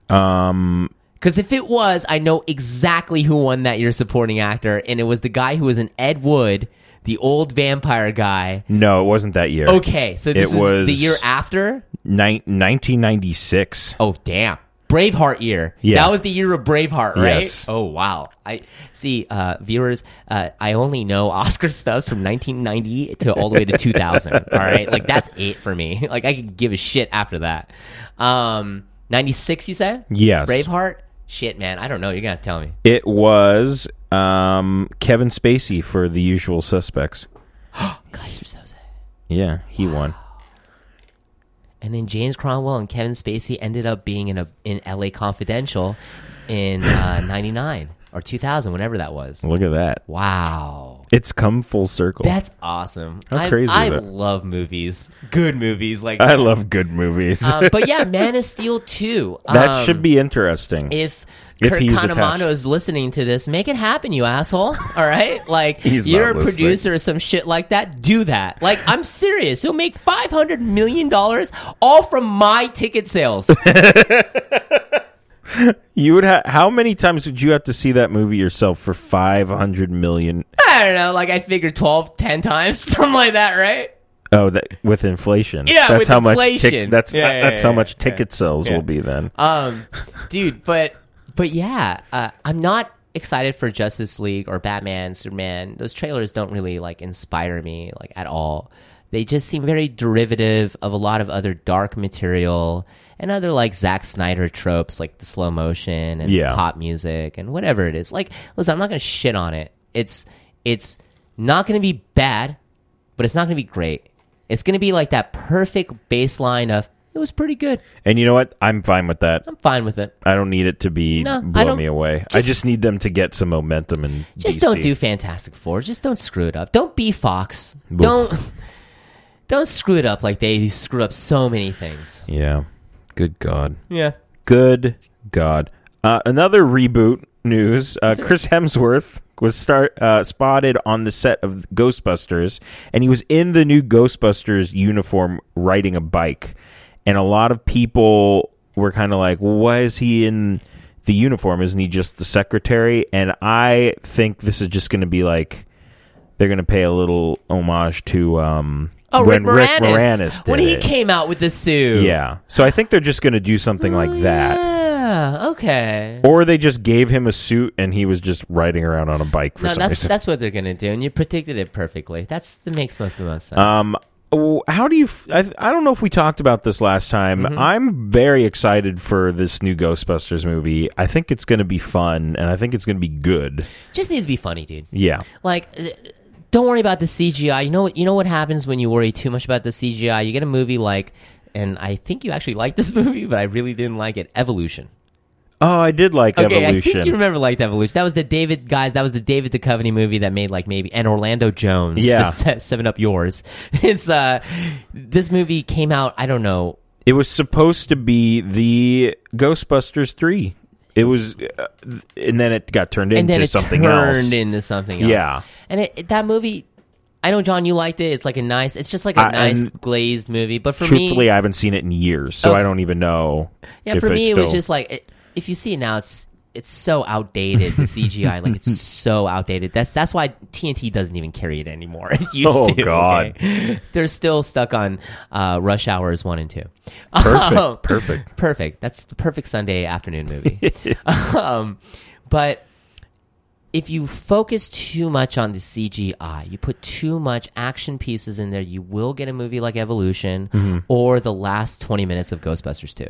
[SPEAKER 2] Um.
[SPEAKER 3] Because if it was, I know exactly who won that year supporting actor, and it was the guy who was in Ed Wood, the old vampire guy.
[SPEAKER 2] No, it wasn't that year.
[SPEAKER 3] Okay, so this
[SPEAKER 2] It
[SPEAKER 3] is
[SPEAKER 2] was-
[SPEAKER 3] the year after?
[SPEAKER 2] Nin- 1996.
[SPEAKER 3] Oh, damn. Braveheart year.
[SPEAKER 2] Yeah.
[SPEAKER 3] That was the year of Braveheart, right?
[SPEAKER 2] Yes.
[SPEAKER 3] Oh wow. I see uh viewers, uh I only know Oscar stuffs from 1990 to all the way to 2000, all right? Like that's it for me. Like I could give a shit after that. Um 96 you said?
[SPEAKER 2] Yes.
[SPEAKER 3] Braveheart? Shit, man. I don't know. You're going to tell me.
[SPEAKER 2] It was um, Kevin Spacey for The Usual Suspects.
[SPEAKER 3] Guys, you're so sad.
[SPEAKER 2] Yeah, he won.
[SPEAKER 3] And then James Cromwell and Kevin Spacey ended up being in a in L.A. Confidential in uh, '99 or 2000, whenever that was.
[SPEAKER 2] Look at that.
[SPEAKER 3] Wow,
[SPEAKER 2] It's come full circle.
[SPEAKER 3] that's awesome!
[SPEAKER 2] How
[SPEAKER 3] I,
[SPEAKER 2] crazy is
[SPEAKER 3] I
[SPEAKER 2] that?
[SPEAKER 3] love movies, good movies like.
[SPEAKER 2] I
[SPEAKER 3] that.
[SPEAKER 2] love good movies.
[SPEAKER 3] um, but yeah, Man of Steel two.
[SPEAKER 2] that
[SPEAKER 3] Um,
[SPEAKER 2] should be interesting.
[SPEAKER 3] If
[SPEAKER 2] If
[SPEAKER 3] Kurt
[SPEAKER 2] he's attached.
[SPEAKER 3] Connemano is listening to this, make it happen, you asshole. All right, like
[SPEAKER 2] He's not
[SPEAKER 3] you're a
[SPEAKER 2] listening.
[SPEAKER 3] producer or some shit like that. Do that. Like I'm serious. You'll make five hundred million dollars all from my ticket sales.
[SPEAKER 2] you would ha- how many times would you have to see that movie yourself for 500 million?
[SPEAKER 3] I don't know, like I figured 12, 10 times, something like that, right?
[SPEAKER 2] Oh, that with inflation.
[SPEAKER 3] Yeah,
[SPEAKER 2] that's
[SPEAKER 3] with
[SPEAKER 2] how much tic-
[SPEAKER 3] inflation.
[SPEAKER 2] that's
[SPEAKER 3] Yeah, yeah,
[SPEAKER 2] that's
[SPEAKER 3] yeah,
[SPEAKER 2] how
[SPEAKER 3] yeah,
[SPEAKER 2] much
[SPEAKER 3] yeah.
[SPEAKER 2] ticket sales
[SPEAKER 3] Yeah.
[SPEAKER 2] will be then.
[SPEAKER 3] Um, dude, but but yeah, uh, I'm not excited for Justice League or Batman, Superman. Those trailers don't really like inspire me like at all. They just seem very derivative of a lot of other dark material and other like Zack Snyder tropes, like the slow motion and
[SPEAKER 2] Yeah.
[SPEAKER 3] pop music and whatever it is. Like, listen, I'm not gonna shit on it. It's it's not gonna be bad, but it's not gonna be great. It's gonna be like that perfect baseline of it was pretty good.
[SPEAKER 2] And you know what? I'm fine with that.
[SPEAKER 3] I'm fine with it.
[SPEAKER 2] I don't need it to be
[SPEAKER 3] No, I
[SPEAKER 2] blow
[SPEAKER 3] don't-
[SPEAKER 2] me away. I
[SPEAKER 3] just-
[SPEAKER 2] just need them to get some momentum and
[SPEAKER 3] Just don't do Fantastic Four. Just don't screw it up. Don't be Fox. Don't don't screw it up like they screw up so many things.
[SPEAKER 2] Yeah. Good god.
[SPEAKER 3] Yeah.
[SPEAKER 2] Good God! Uh, another reboot news: uh,
[SPEAKER 3] it-
[SPEAKER 2] Chris Hemsworth was start uh, spotted on the set of Ghostbusters, and he was in the new Ghostbusters uniform riding a bike. And a lot of people were kind of like, "Well, why is he in the uniform? Isn't he just the secretary?" And I think this is just going to be like they're going to pay a little homage to um,
[SPEAKER 3] Oh,
[SPEAKER 2] when
[SPEAKER 3] Rick Moranis.
[SPEAKER 2] Moranis did
[SPEAKER 3] when he
[SPEAKER 2] it.
[SPEAKER 3] came out with the suit.
[SPEAKER 2] Yeah, so I think they're just going to do something like that.
[SPEAKER 3] Yeah. Ah, Okay.
[SPEAKER 2] Or they just gave him a suit and he was just riding around on a bike for
[SPEAKER 3] No,
[SPEAKER 2] some
[SPEAKER 3] that's
[SPEAKER 2] reason.
[SPEAKER 3] that's what they're gonna do, and you predicted it perfectly. That's that makes most the most sense.
[SPEAKER 2] um, w- how do you? F- I, th- I don't know if we talked about this last time. I'm very excited for this new Ghostbusters movie. I think it's going to be fun and I think it's going to be good.
[SPEAKER 3] Just needs to be funny, dude.
[SPEAKER 2] Yeah,
[SPEAKER 3] like uh, don't worry about the CGI. You know what you know what happens when you worry too much about the CGI? You get a movie like and I think you actually liked this movie, but I really didn't like it. Evolution.
[SPEAKER 2] Oh, I did like
[SPEAKER 3] Okay, I
[SPEAKER 2] Evolution.
[SPEAKER 3] think you remember like Evolution. That was the David guys. That was the David Duchovny movie that made like maybe and Orlando Jones.
[SPEAKER 2] Yeah.
[SPEAKER 3] the se- Seven Up Yours. It's uh, this movie came out. I don't know.
[SPEAKER 2] it was supposed to be the Ghostbusters three. It was, uh, th- and then it got turned
[SPEAKER 3] and
[SPEAKER 2] into
[SPEAKER 3] then it
[SPEAKER 2] something
[SPEAKER 3] turned
[SPEAKER 2] else.
[SPEAKER 3] into something else.
[SPEAKER 2] Yeah.
[SPEAKER 3] and it, it- that movie. I know, John, you liked it. It's like a nice. It's just like a
[SPEAKER 2] I-
[SPEAKER 3] nice
[SPEAKER 2] and-
[SPEAKER 3] glazed movie. But for
[SPEAKER 2] Truthfully,
[SPEAKER 3] me,
[SPEAKER 2] I haven't seen it in years, so
[SPEAKER 3] Okay.
[SPEAKER 2] I don't even know.
[SPEAKER 3] Yeah,
[SPEAKER 2] if
[SPEAKER 3] for
[SPEAKER 2] I
[SPEAKER 3] me, it was
[SPEAKER 2] still-
[SPEAKER 3] just like it, if you see it now, it's it's so outdated. The CGI, like it's so outdated. That's that's why TNT doesn't even carry it anymore. It used
[SPEAKER 2] Oh,
[SPEAKER 3] to.
[SPEAKER 2] God.
[SPEAKER 3] okay? they're still stuck on uh, Rush Hours one and two.
[SPEAKER 2] Perfect,
[SPEAKER 3] Um,
[SPEAKER 2] perfect.
[SPEAKER 3] perfect. That's the perfect Sunday afternoon movie. um, but if you focus too much on the CGI, you put too much action pieces in there, you will get a movie like Evolution or the last 20 minutes of Ghostbusters 2.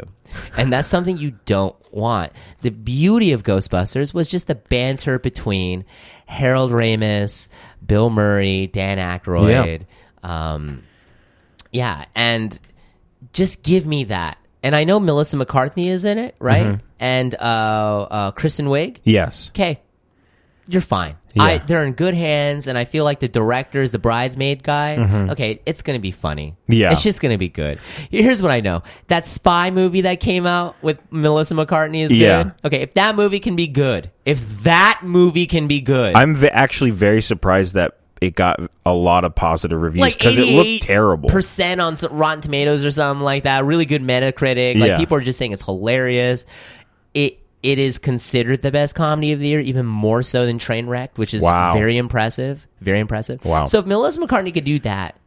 [SPEAKER 3] And that's something you don't want. The beauty of Ghostbusters was just the banter between Harold Ramis, Bill Murray, Dan Aykroyd. Um, yeah, and just give me that. And I know Melissa McCarthy is in it, right?
[SPEAKER 2] Mm-hmm.
[SPEAKER 3] And uh, uh, Kristen Wiig
[SPEAKER 2] yes.
[SPEAKER 3] okay, you're fine.
[SPEAKER 2] Yeah.
[SPEAKER 3] I, they're in good hands, and I feel like the director is the bridesmaid guy. Okay, it's gonna be funny.
[SPEAKER 2] Mm-hmm. Yeah.
[SPEAKER 3] it's just gonna be good. Here's what I know: that spy movie that came out with Melissa McCartney is
[SPEAKER 2] Yeah.
[SPEAKER 3] good. Okay, if that movie can be good, if that movie can be good,
[SPEAKER 2] I'm v- actually very surprised that it got a lot of positive reviews
[SPEAKER 3] like
[SPEAKER 2] because it
[SPEAKER 3] eighty
[SPEAKER 2] looked terrible.
[SPEAKER 3] percent on some Rotten Tomatoes or something like that. Really good Metacritic. Like
[SPEAKER 2] Yeah.
[SPEAKER 3] people are just saying it's hilarious. It it is considered the best comedy of the year, even more so than Trainwreck, which is
[SPEAKER 2] Wow.
[SPEAKER 3] very impressive. Very impressive.
[SPEAKER 2] Wow.
[SPEAKER 3] So if
[SPEAKER 2] Mm-hmm.
[SPEAKER 3] Melissa McCartney could do that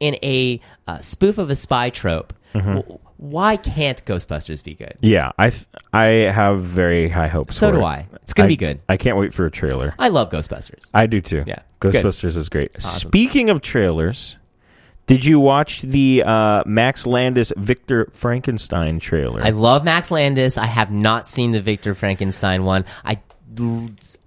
[SPEAKER 3] in a uh, spoof of a spy trope. w- why can't Ghostbusters be good?
[SPEAKER 2] Yeah, I th- I have very high hopes.
[SPEAKER 3] So
[SPEAKER 2] for
[SPEAKER 3] do
[SPEAKER 2] it.
[SPEAKER 3] I. It's gonna
[SPEAKER 2] I-
[SPEAKER 3] be good.
[SPEAKER 2] I can't wait for a trailer.
[SPEAKER 3] I love Ghostbusters.
[SPEAKER 2] I do too.
[SPEAKER 3] Yeah. Good.
[SPEAKER 2] Ghostbusters is great.
[SPEAKER 3] Awesome.
[SPEAKER 2] Speaking of trailers, did you watch the uh, Max Landis Victor Frankenstein trailer?
[SPEAKER 3] I love Max Landis. I have not seen the Victor Frankenstein one. I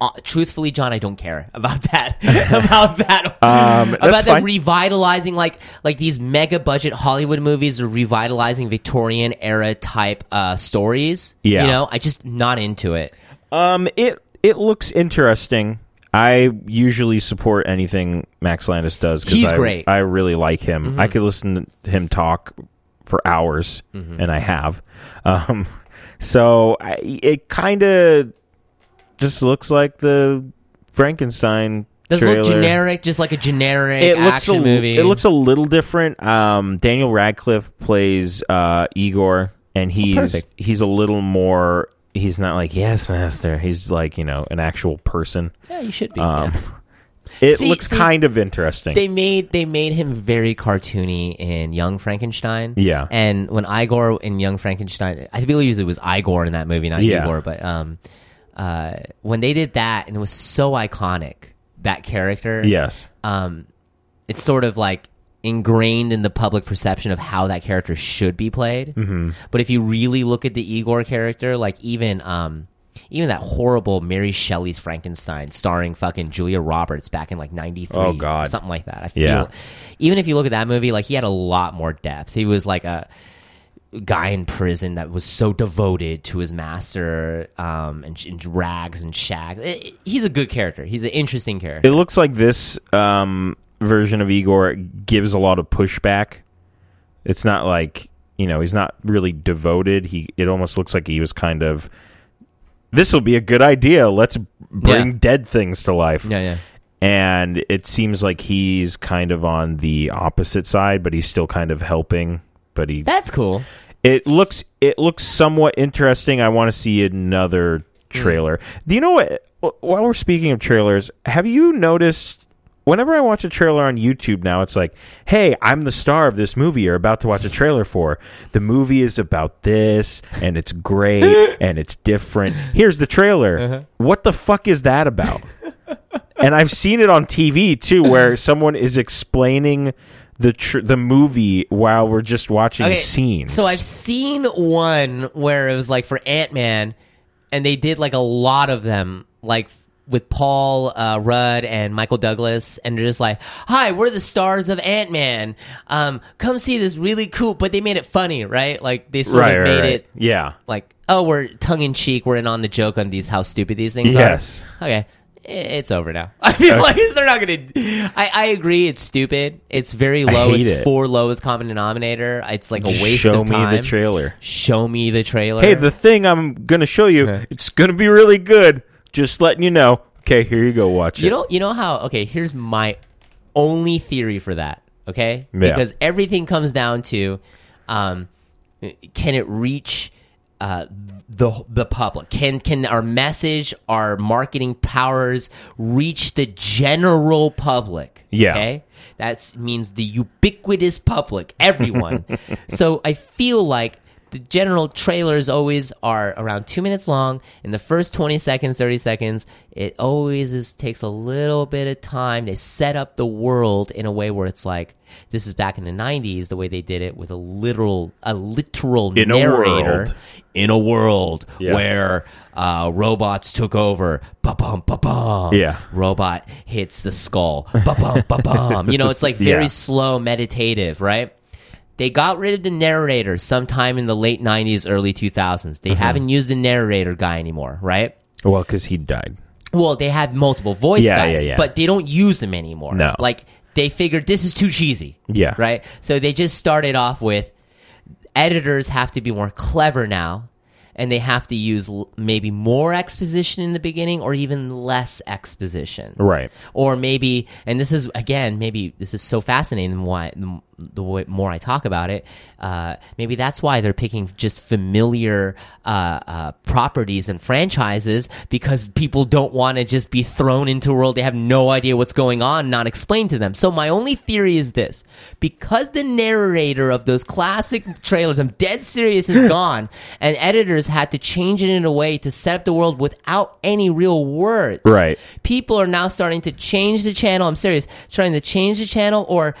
[SPEAKER 3] uh, truthfully, John, I don't care about that. about that.
[SPEAKER 2] Um, that's
[SPEAKER 3] about that
[SPEAKER 2] fine.
[SPEAKER 3] revitalizing like like these mega budget Hollywood movies are revitalizing Victorian era type uh, stories.
[SPEAKER 2] Yeah.
[SPEAKER 3] you know, I just not into it.
[SPEAKER 2] um, it it looks interesting. I usually support anything Max Landis does because
[SPEAKER 3] He's
[SPEAKER 2] I,
[SPEAKER 3] great. Mm-hmm.
[SPEAKER 2] I really like him. I could listen to him talk for hours,
[SPEAKER 3] Mm-hmm.
[SPEAKER 2] and I have. Um, so I, it kind of just looks like the Frankenstein
[SPEAKER 3] Does it
[SPEAKER 2] trailer.
[SPEAKER 3] look generic? Just like a generic
[SPEAKER 2] it looks
[SPEAKER 3] action
[SPEAKER 2] a,
[SPEAKER 3] movie.
[SPEAKER 2] It looks a little different. Um, Daniel Radcliffe plays uh, Igor, and he's
[SPEAKER 3] perfect.
[SPEAKER 2] he's a little more. He's not like yes, master. He's like you know an actual person.
[SPEAKER 3] yeah, you should be.
[SPEAKER 2] Um,
[SPEAKER 3] yeah.
[SPEAKER 2] It
[SPEAKER 3] See-
[SPEAKER 2] looks
[SPEAKER 3] see-
[SPEAKER 2] kind of interesting.
[SPEAKER 3] They made they made him very cartoony in Young Frankenstein.
[SPEAKER 2] Yeah.
[SPEAKER 3] And when Igor in Young Frankenstein, I believe it was Igor in that movie, not
[SPEAKER 2] Yeah.
[SPEAKER 3] Igor, but um, uh, when they did that, and it was so iconic that character.
[SPEAKER 2] yes,
[SPEAKER 3] Um, it's sort of like ingrained in the public perception of how that character should be played. Mm-hmm. But if you really look at the Igor character, like even um, even that horrible Mary Shelley's Frankenstein starring fucking Julia Roberts back in like '93,
[SPEAKER 2] Oh, God.
[SPEAKER 3] something like that. I feel
[SPEAKER 2] Yeah.
[SPEAKER 3] even if you look at that movie, like he had a lot more depth. He was like a guy in prison that was so devoted to his master um, and, and rags and shags. It- it- he's a good character. He's an interesting character.
[SPEAKER 2] it looks like this um, version of Igor gives a lot of pushback. It's not like you know he's not really devoted. He it almost looks like he was kind of. This will be a good idea. Let's bring
[SPEAKER 3] Yeah.
[SPEAKER 2] dead things to life.
[SPEAKER 3] yeah, yeah.
[SPEAKER 2] and it seems like he's kind of on the opposite side, but he's still kind of helping. But he
[SPEAKER 3] That's cool.
[SPEAKER 2] it looks it looks somewhat interesting. I want to see another
[SPEAKER 3] Hmm.
[SPEAKER 2] trailer. Do you know what? wh- While we're speaking of trailers, have you noticed? Whenever I watch a trailer on YouTube now, it's like, "Hey, I'm the star of this movie. You're about to watch a trailer for the movie is about this, and it's great, and it's different. Here's the trailer.
[SPEAKER 3] Uh-huh.
[SPEAKER 2] What the fuck is that about?" and I've seen it on TV too, where someone is explaining the tr- the movie while we're just watching scenes.
[SPEAKER 3] So I've seen one where it was like for Ant Man, and they did like a lot of them, like with Paul uh, Rudd and Michael Douglas, and they're just like, "Hi, we're the stars of Ant Man. Um, come see this really cool." But they made it funny, right? Like they sort of made it
[SPEAKER 2] Yeah.
[SPEAKER 3] like, "Oh, we're tongue in cheek. We're in on the joke on these how stupid these things are."
[SPEAKER 2] Yes.
[SPEAKER 3] Okay. I- It's over now. I feel like they're not gonna. I, I agree. It's stupid. It's very low.
[SPEAKER 2] hate
[SPEAKER 3] It's
[SPEAKER 2] it.
[SPEAKER 3] four lowest common denominator. It's like a
[SPEAKER 2] Just
[SPEAKER 3] waste
[SPEAKER 2] show
[SPEAKER 3] of
[SPEAKER 2] me
[SPEAKER 3] time.
[SPEAKER 2] the trailer.
[SPEAKER 3] Show me the trailer.
[SPEAKER 2] Hey, the thing I'm going to show you, it's going to be really good. Just letting you know. Okay, here you go. Watch
[SPEAKER 3] you
[SPEAKER 2] it.
[SPEAKER 3] know you know how? Okay, here's my only theory for that. Okay,
[SPEAKER 2] Yeah.
[SPEAKER 3] because everything comes down to, um, can it reach. Uh, the the public can can our message our marketing powers reach the general public
[SPEAKER 2] Yeah.
[SPEAKER 3] okay That means the ubiquitous public, everyone. so I feel like the general trailers always are around two minutes long. In the first 20 seconds, 30 seconds, it always is, takes a little bit of time. They set up the world in a way where it's like, this is back in the 90s, the way they did it with a literal, a literal
[SPEAKER 2] In a
[SPEAKER 3] narrator
[SPEAKER 2] world.
[SPEAKER 3] in a world
[SPEAKER 2] Yeah.
[SPEAKER 3] where uh, robots took over. Ba bum ba bum.
[SPEAKER 2] Yeah.
[SPEAKER 3] Robot hits the skull. Ba bum ba bum. You know, it's like very
[SPEAKER 2] Yeah.
[SPEAKER 3] slow, meditative, right? They got rid of the narrator sometime in the late '90s, early 2000s.
[SPEAKER 2] Mm-hmm.
[SPEAKER 3] They haven't used the narrator guy anymore, right?
[SPEAKER 2] well, because he died.
[SPEAKER 3] Well, they had multiple voice
[SPEAKER 2] Yeah,
[SPEAKER 3] guys,
[SPEAKER 2] yeah, yeah.
[SPEAKER 3] but they don't use them anymore.
[SPEAKER 2] No.
[SPEAKER 3] Like they figured this is too cheesy.
[SPEAKER 2] Yeah.
[SPEAKER 3] Right? So they just started off with editors have to be more clever now and they have to use l- maybe more exposition in the beginning or even less exposition
[SPEAKER 2] Right.
[SPEAKER 3] or maybe and this is again maybe this is so fascinating why the way, more I talk about it, uh, maybe that's why they're picking just familiar uh, uh, properties and franchises because people don't want to just be thrown into a world they have no idea what's going on, not explained to them. So my only theory is this: because the narrator of those classic trailers, I'm dead serious, is gone, and editors had to change it in a way to set up the world without any real words.
[SPEAKER 2] Right.
[SPEAKER 3] People are now starting to change the channel. I'm serious, trying to change the channel or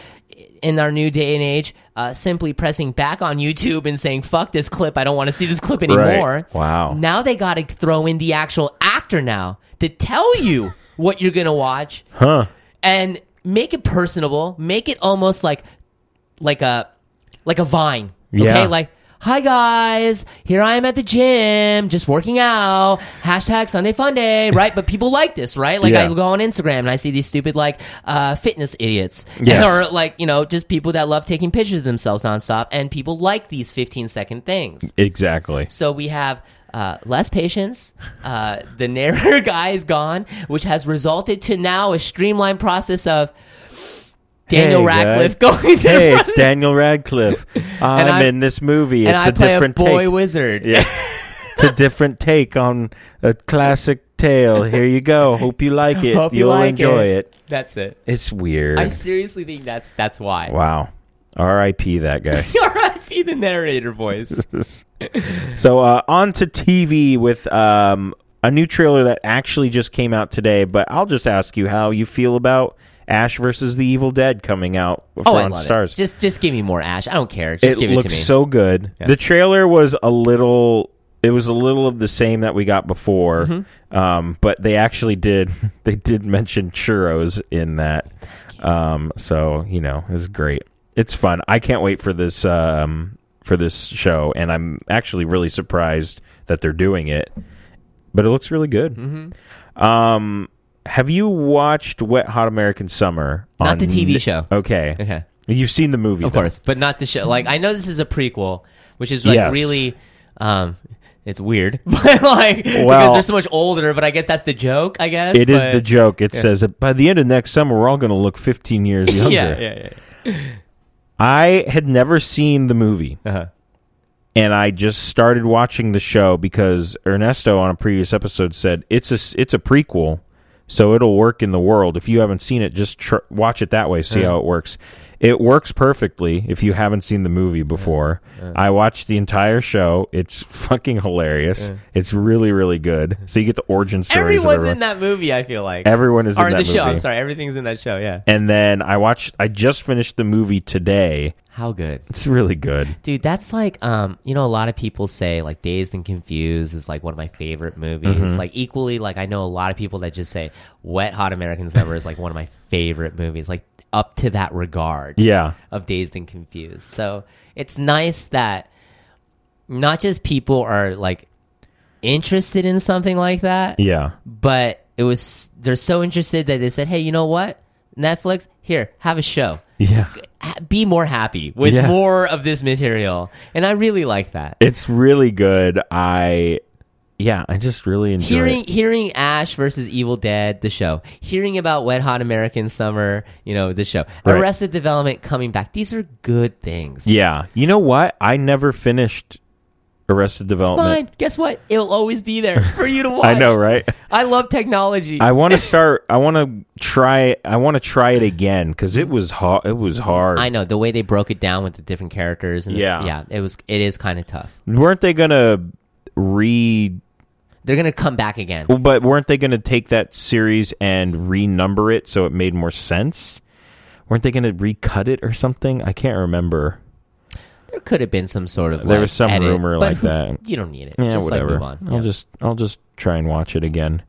[SPEAKER 3] in our new day and age, uh, simply pressing back on YouTube and saying, fuck this clip. I don't want to see this clip anymore.
[SPEAKER 2] Wow.
[SPEAKER 3] Now they got to throw in the actual actor now to tell you what you're going to watch
[SPEAKER 2] Huh.
[SPEAKER 3] and make it personable. Make it almost like, like a, like a vine. Okay.
[SPEAKER 2] Yeah.
[SPEAKER 3] Like, Hi guys, here I am at the gym, just working out. Hashtag Sunday Fun Day, right? But people like this, right? Like
[SPEAKER 2] Yeah.
[SPEAKER 3] I go on Instagram and I see these stupid like uh, fitness idiots,
[SPEAKER 2] Yes.
[SPEAKER 3] or like you know just people that love taking pictures of themselves nonstop and people like these 15 second things
[SPEAKER 2] Exactly.
[SPEAKER 3] so we have uh, less patience uh, the narrator guy is gone which has resulted to now a streamlined process of daniel
[SPEAKER 2] Hey,
[SPEAKER 3] radcliffe going to
[SPEAKER 2] Hey,
[SPEAKER 3] the
[SPEAKER 2] it's Daniel Radcliffe. I'm
[SPEAKER 3] I-
[SPEAKER 2] in this movie. It's
[SPEAKER 3] and i
[SPEAKER 2] a
[SPEAKER 3] play a
[SPEAKER 2] different
[SPEAKER 3] boy
[SPEAKER 2] take.
[SPEAKER 3] wizard
[SPEAKER 2] Yeah. it's a different take on a classic tale. Here you go. Hope you like it.
[SPEAKER 3] Hope you
[SPEAKER 2] will
[SPEAKER 3] like
[SPEAKER 2] enjoy it.
[SPEAKER 3] that's it
[SPEAKER 2] It's weird.
[SPEAKER 3] i seriously think that's that's why
[SPEAKER 2] wow. R.I.P. That guy.
[SPEAKER 3] R.I.P. the narrator voice
[SPEAKER 2] so uh, on to TV with um, a new trailer that actually just came out today. But I'll just ask you how you feel about Ash versus the Evil Dead coming out
[SPEAKER 3] oh I
[SPEAKER 2] on
[SPEAKER 3] love
[SPEAKER 2] Stars.
[SPEAKER 3] it. just just give me more ash i don't care just
[SPEAKER 2] it
[SPEAKER 3] give it
[SPEAKER 2] looks
[SPEAKER 3] to me
[SPEAKER 2] so good. The trailer was a little. It was a little of the same that we got before,
[SPEAKER 3] Mm-hmm.
[SPEAKER 2] um, but they actually did. They did mention churros in that, um, so you know it was great. It's fun. I can't wait for this um, for this show, and I'm actually really surprised that they're doing it. But it looks really good.
[SPEAKER 3] Mm-hmm.
[SPEAKER 2] Um, have you watched Wet Hot American Summer?
[SPEAKER 3] Not
[SPEAKER 2] on
[SPEAKER 3] the TV
[SPEAKER 2] Net-
[SPEAKER 3] show.
[SPEAKER 2] Okay.
[SPEAKER 3] Okay.
[SPEAKER 2] You've seen the movie,
[SPEAKER 3] of
[SPEAKER 2] though.
[SPEAKER 3] course, but not the show. Like I know this is a prequel, which is like
[SPEAKER 2] Yes.
[SPEAKER 3] really, um, it's weird, but like because
[SPEAKER 2] Well-
[SPEAKER 3] they're so much older. But I guess that's the joke. I guess
[SPEAKER 2] It is
[SPEAKER 3] but-
[SPEAKER 2] the joke. It says that by the end of next summer, we're all going to look 15 years younger.
[SPEAKER 3] yeah, yeah, yeah.
[SPEAKER 2] I had never seen the movie,
[SPEAKER 3] Uh-huh.
[SPEAKER 2] and I just started watching the show because Ernesto on a previous episode said it's a s- it's a prequel, so it'll work in the world. If you haven't seen it, just tr- watch it that way, see how it works. It works perfectly if you haven't seen the movie before. I watched the entire show. It's fucking hilarious. It's really really good. So you get the origin stories. of
[SPEAKER 3] Everyone's
[SPEAKER 2] everyone.
[SPEAKER 3] in that movie. I feel like
[SPEAKER 2] Everyone is
[SPEAKER 3] or
[SPEAKER 2] in
[SPEAKER 3] in
[SPEAKER 2] that
[SPEAKER 3] the show.
[SPEAKER 2] movie.
[SPEAKER 3] I'm sorry, everything's in that show. Yeah,
[SPEAKER 2] And then I watched. I just finished the movie today.
[SPEAKER 3] how good.
[SPEAKER 2] It's really good.
[SPEAKER 3] Dude, that's like um, you know, a lot of people say like Dazed and Confused is like one of my favorite movies.
[SPEAKER 2] Mm-hmm.
[SPEAKER 3] Like equally, like I know a lot of people that just say Wet Hot American Summer is like one of my favorite movies. Like up to that regard.
[SPEAKER 2] Yeah.
[SPEAKER 3] of dazed and confused. So it's nice that not just people are like interested in something like that,
[SPEAKER 2] Yeah.
[SPEAKER 3] but it was they're so interested that they said, "Hey, you know what? Netflix, here, have a show.
[SPEAKER 2] Yeah.
[SPEAKER 3] Ha- Be more happy with
[SPEAKER 2] Yeah.
[SPEAKER 3] more of this material." And I really like that.
[SPEAKER 2] It's really good. I. Yeah, I just really enjoy
[SPEAKER 3] Hearing
[SPEAKER 2] it.
[SPEAKER 3] hearing Ash versus Evil Dead, the show. Hearing about Wet Hot American Summer, you know, the show.
[SPEAKER 2] Right.
[SPEAKER 3] Arrested Development coming back. These are good things.
[SPEAKER 2] Yeah. You know what? I never finished Arrested
[SPEAKER 3] It's
[SPEAKER 2] Development.
[SPEAKER 3] fine. Guess what? It'll always be there for you to watch.
[SPEAKER 2] Oh, I know, right?
[SPEAKER 3] I love technology.
[SPEAKER 2] I want to start. I want to try. I want to try it again because it was hard. It was hard.
[SPEAKER 3] I know the way they broke it down with the different characters. And
[SPEAKER 2] Yeah.
[SPEAKER 3] yeah, it was. It is kind of tough.
[SPEAKER 2] weren't they gonna re?
[SPEAKER 3] They're gonna come back again.
[SPEAKER 2] Well, but weren't they going to take that series and renumber it so it made more sense? Weren't they going to recut it or something? I can't remember.
[SPEAKER 3] There could have been some sort of.
[SPEAKER 2] There
[SPEAKER 3] like,
[SPEAKER 2] was some
[SPEAKER 3] edit,
[SPEAKER 2] rumor
[SPEAKER 3] but
[SPEAKER 2] like
[SPEAKER 3] who-
[SPEAKER 2] that.
[SPEAKER 3] You don't need it.
[SPEAKER 2] Yeah,
[SPEAKER 3] just
[SPEAKER 2] whatever.
[SPEAKER 3] Like, move on.
[SPEAKER 2] I'll
[SPEAKER 3] Yeah.
[SPEAKER 2] just I'll just try and watch it again.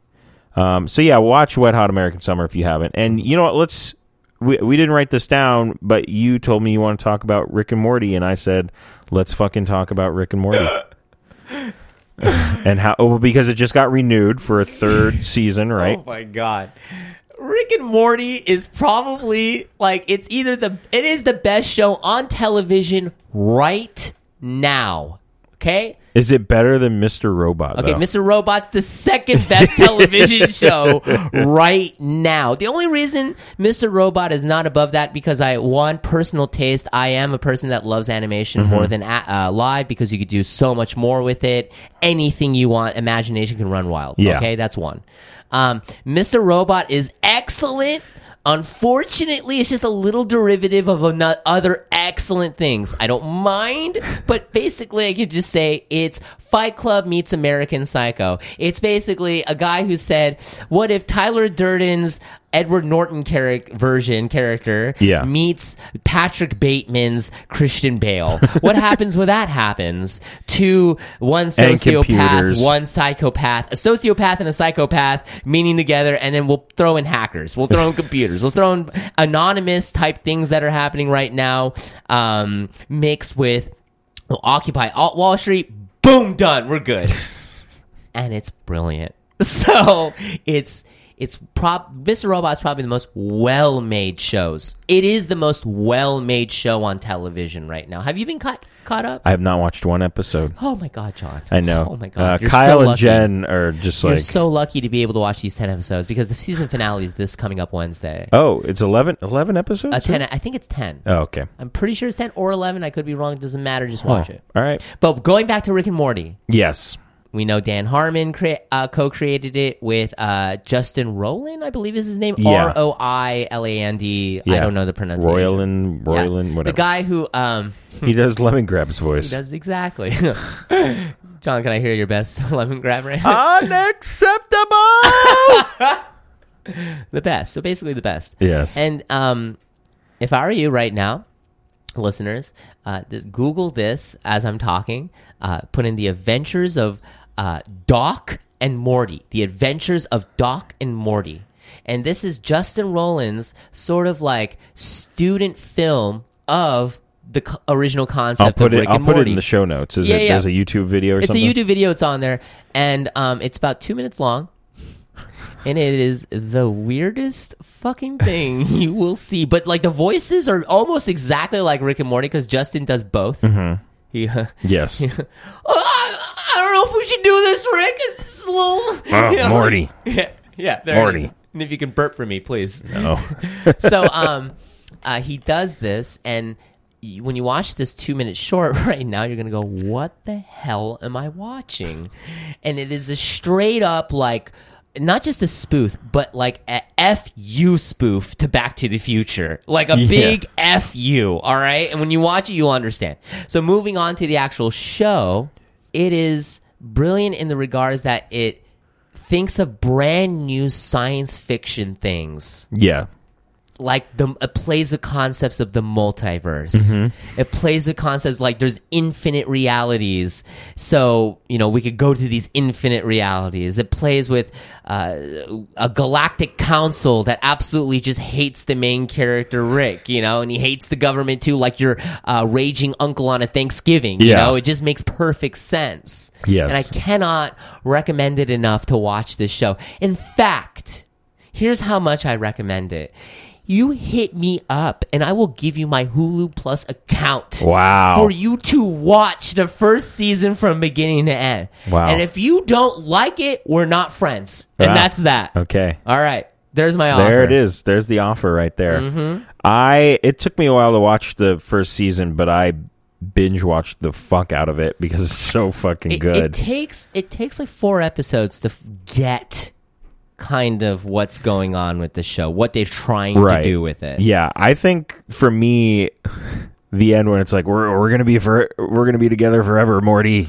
[SPEAKER 2] Um, so yeah, watch Wet Hot American Summer if you haven't. And you know what? Let's we we didn't write this down, but you told me you want to talk about Rick and Morty, and I said let's fucking talk about Rick and Morty. and how? Oh, because it just got renewed for a third season, right?
[SPEAKER 3] Oh my god. Rick and Morty is probably like it's either the it is the best show on television right now. Okay?
[SPEAKER 2] Is it better than Mr. Robot?
[SPEAKER 3] Okay,
[SPEAKER 2] though?
[SPEAKER 3] Mr. Robot's the second best television show right now. The only reason Mr. Robot is not above that because I one personal taste. I am a person that loves animation more than a- uh, live because you could do so much more with it. Anything you want, imagination can run wild.
[SPEAKER 2] Yeah.
[SPEAKER 3] Okay, that's one. Um, Mr. Robot is excellent. Unfortunately, it's just a little derivative of ano- other excellent things. I don't mind, but basically, I could just say it's Fight Club meets American Psycho. It's basically a guy who said, "What if Tyler Durden's Edward Norton charac- version character
[SPEAKER 2] Yeah.
[SPEAKER 3] meets Patrick Bateman's Christian Bale? What happens when that happens to one sociopath,
[SPEAKER 2] computers.
[SPEAKER 3] one psychopath, a sociopath and a psychopath meeting together, and then we'll throw in hackers, we'll throw in computers, we'll throw in anonymous type things that are happening right now, um, mixed with Occupy Alt Wall Street. Boom, done. We're good, and it's brilliant. So it's. It's prob Mr. Robot's probably the most well-made shows. It is the most well-made show on television right now. Have you been caught caught up?
[SPEAKER 2] I have not watched one episode.
[SPEAKER 3] Oh my god, John!
[SPEAKER 2] I know.
[SPEAKER 3] Oh my god,
[SPEAKER 2] Uh,
[SPEAKER 3] You're
[SPEAKER 2] Kyle
[SPEAKER 3] so
[SPEAKER 2] and
[SPEAKER 3] lucky.
[SPEAKER 2] Jen are just
[SPEAKER 3] You're
[SPEAKER 2] like.
[SPEAKER 3] so lucky to be able to watch these ten episodes because the season finale is this coming up Wednesday.
[SPEAKER 2] oh, it's 11, 11 episodes.
[SPEAKER 3] A ten, I think it's ten.
[SPEAKER 2] Oh, okay.
[SPEAKER 3] I'm pretty sure it's ten or eleven. I could be wrong. It doesn't matter. Just watch it.
[SPEAKER 2] All right.
[SPEAKER 3] But going back to Rick and Morty,
[SPEAKER 2] Yes.
[SPEAKER 3] we know Dan Harmon cre- uh, co-created it with uh, Justin Roland, I believe is his name.
[SPEAKER 2] Yeah.
[SPEAKER 3] R O I L A N D. I
[SPEAKER 2] Yeah.
[SPEAKER 3] don't know the pronunciation.
[SPEAKER 2] Royland,
[SPEAKER 3] Yeah.
[SPEAKER 2] Royland, whatever.
[SPEAKER 3] The guy who um,
[SPEAKER 2] he does lemon grab's voice.
[SPEAKER 3] does exactly. John, can I hear your best lemon grab right
[SPEAKER 2] Uh,
[SPEAKER 3] now?
[SPEAKER 2] Unacceptable.
[SPEAKER 3] the best. So basically, the best.
[SPEAKER 2] yes.
[SPEAKER 3] And um, if I were you right now, listeners, uh, th- Google this as I'm talking. Uh, put in the adventures of uh, Doc and Morty. The adventures of Doc and Morty. And this is Justin Rollins' sort of like student film of the co- original concept
[SPEAKER 2] I'll put
[SPEAKER 3] of
[SPEAKER 2] it.
[SPEAKER 3] Rick
[SPEAKER 2] I'll
[SPEAKER 3] and
[SPEAKER 2] put it
[SPEAKER 3] Morty.
[SPEAKER 2] in the show notes. Is
[SPEAKER 3] Yeah,
[SPEAKER 2] it?
[SPEAKER 3] yeah.
[SPEAKER 2] There's a YouTube video or
[SPEAKER 3] It's
[SPEAKER 2] something.
[SPEAKER 3] a YouTube video. It's on there, and um, it's about two minutes long. And it is the weirdest fucking thing you will see. But like the voices are almost exactly like Rick and Morty because Justin does both.
[SPEAKER 2] Mm-hmm.
[SPEAKER 3] He, uh,
[SPEAKER 2] Yes.
[SPEAKER 3] "Oh, I, I don't know if we should do this, Rick. It's a little
[SPEAKER 2] Oh,
[SPEAKER 3] you know,
[SPEAKER 2] Morty.
[SPEAKER 3] Yeah, yeah, there it is.
[SPEAKER 2] Morty.
[SPEAKER 3] And if you can burp for me, please
[SPEAKER 2] oh.
[SPEAKER 3] so um uh, he does this and y- when you watch this two minute short right now you're gonna go what the hell am i watching and it is a straight up like not just a spoof but like a fu spoof to back to the future like a
[SPEAKER 2] Yeah.
[SPEAKER 3] big fu all right and when you watch it you'll understand so moving on to the actual show it is brilliant in the regards that it thinks of brand new science fiction things
[SPEAKER 2] Yeah.
[SPEAKER 3] like the it plays with concepts of the multiverse.
[SPEAKER 2] Mm-hmm.
[SPEAKER 3] It plays with concepts like there's infinite realities. So you know we could go to these infinite realities. It plays with uh, a galactic council that absolutely just hates the main character Rick. You know, and he hates the government too, like your uh, raging uncle on a Thanksgiving. You
[SPEAKER 2] Yeah.
[SPEAKER 3] know, it just makes perfect sense.
[SPEAKER 2] Yes.
[SPEAKER 3] and I cannot recommend it enough to watch this show. In fact, here's how much I recommend it. You hit me up and I will give you my Hulu Plus account.
[SPEAKER 2] Wow.
[SPEAKER 3] For you to watch the first season from beginning to end.
[SPEAKER 2] Wow.
[SPEAKER 3] And if you don't like it, we're not friends. And
[SPEAKER 2] Ah.
[SPEAKER 3] that's that.
[SPEAKER 2] Okay.
[SPEAKER 3] All right. There's my offer. Mm-hmm.
[SPEAKER 2] There it is. There's the offer right there. I it took me a while to watch the first season, but I binge watched the fuck out of it because it's so fucking
[SPEAKER 3] It, it
[SPEAKER 2] good.
[SPEAKER 3] takes it takes like four episodes to f- get kind of what's going on with the show, what they're trying
[SPEAKER 2] Right.
[SPEAKER 3] to do with it.
[SPEAKER 2] yeah, I think for me, the end when it's like we're we're gonna be for we're gonna be together forever, Morty,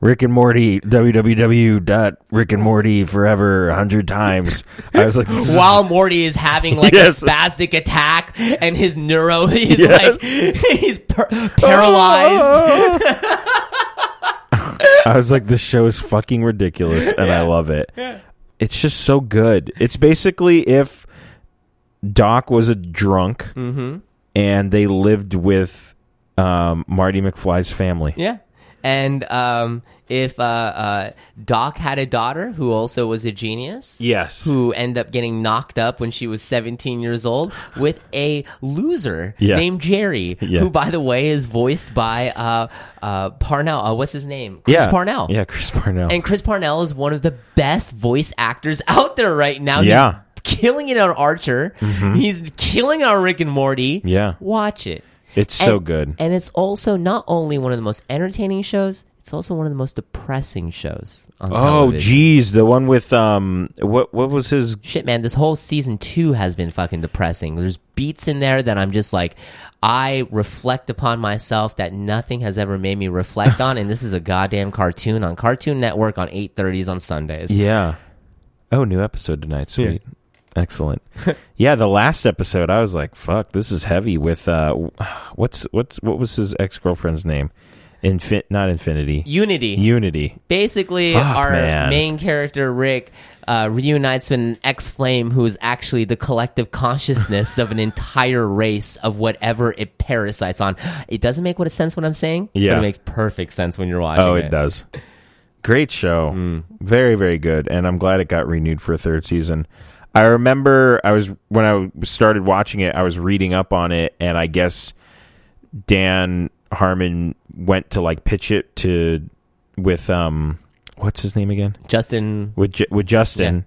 [SPEAKER 2] Rick and Morty, www dot Rick and Morty forever a hundred times. I was like, this is-
[SPEAKER 3] while Morty is having like
[SPEAKER 2] Yes.
[SPEAKER 3] a spastic attack and his neuro he's
[SPEAKER 2] Yes. Oh.
[SPEAKER 3] like he's par- paralyzed.
[SPEAKER 2] I was like, this show is fucking ridiculous, and I love it. It's just so good. It's basically if Doc was a drunk
[SPEAKER 3] Mm-hmm.
[SPEAKER 2] and they lived with um, Marty McFly's family.
[SPEAKER 3] Yeah. And um, if uh, uh, Doc had a daughter who also was a genius,
[SPEAKER 2] Yes.
[SPEAKER 3] who ended up getting knocked up when she was 17 years old with a loser
[SPEAKER 2] Yeah.
[SPEAKER 3] named Jerry,
[SPEAKER 2] Yeah.
[SPEAKER 3] who, by the way, is voiced by uh, uh, Parnell. Uh, what's his name? Chris
[SPEAKER 2] yeah.
[SPEAKER 3] Parnell.
[SPEAKER 2] Yeah, Chris Parnell.
[SPEAKER 3] And Chris Parnell is one of the best voice actors out there right now.
[SPEAKER 2] Yeah. Mm-hmm.
[SPEAKER 3] He's killing it on Archer. He's killing it on Rick and Morty.
[SPEAKER 2] Yeah.
[SPEAKER 3] Watch it.
[SPEAKER 2] it's so
[SPEAKER 3] And-
[SPEAKER 2] good.
[SPEAKER 3] And it's also not only one of the most entertaining shows, it's also one of the most depressing shows on
[SPEAKER 2] Oh,
[SPEAKER 3] television.
[SPEAKER 2] geez, the one with um, what what was his?
[SPEAKER 3] Shit, man, this whole season two has been fucking depressing. There's beats in there that I'm just like, I reflect upon myself that nothing has ever made me reflect on, and this is a goddamn cartoon on Cartoon Network on 8:30s on Sundays.
[SPEAKER 2] Yeah. Oh, new episode tonight. Sweet. Excellent. yeah, the last episode, I was like, "Fuck, this is heavy." With uh, what's what's what was his ex girlfriend's name? Infin not infinity.
[SPEAKER 3] Unity.
[SPEAKER 2] Unity.
[SPEAKER 3] Basically,
[SPEAKER 2] Fuck,
[SPEAKER 3] our
[SPEAKER 2] man.
[SPEAKER 3] main character Rick uh, reunites with an ex-flame who is actually the collective consciousness of an entire race of whatever it parasites on. It doesn't make what sense what I'm saying,
[SPEAKER 2] Yeah.
[SPEAKER 3] but it makes perfect sense when you're watching. Mm.
[SPEAKER 2] Oh, it does. Great show. Very very good, and I'm glad it got renewed for a third season. I remember I was when I started watching it, I was reading up on it, and I guess Dan Harmon went to like pitch it to with um what's his name again
[SPEAKER 3] Justin,
[SPEAKER 2] with Ju- with Justin,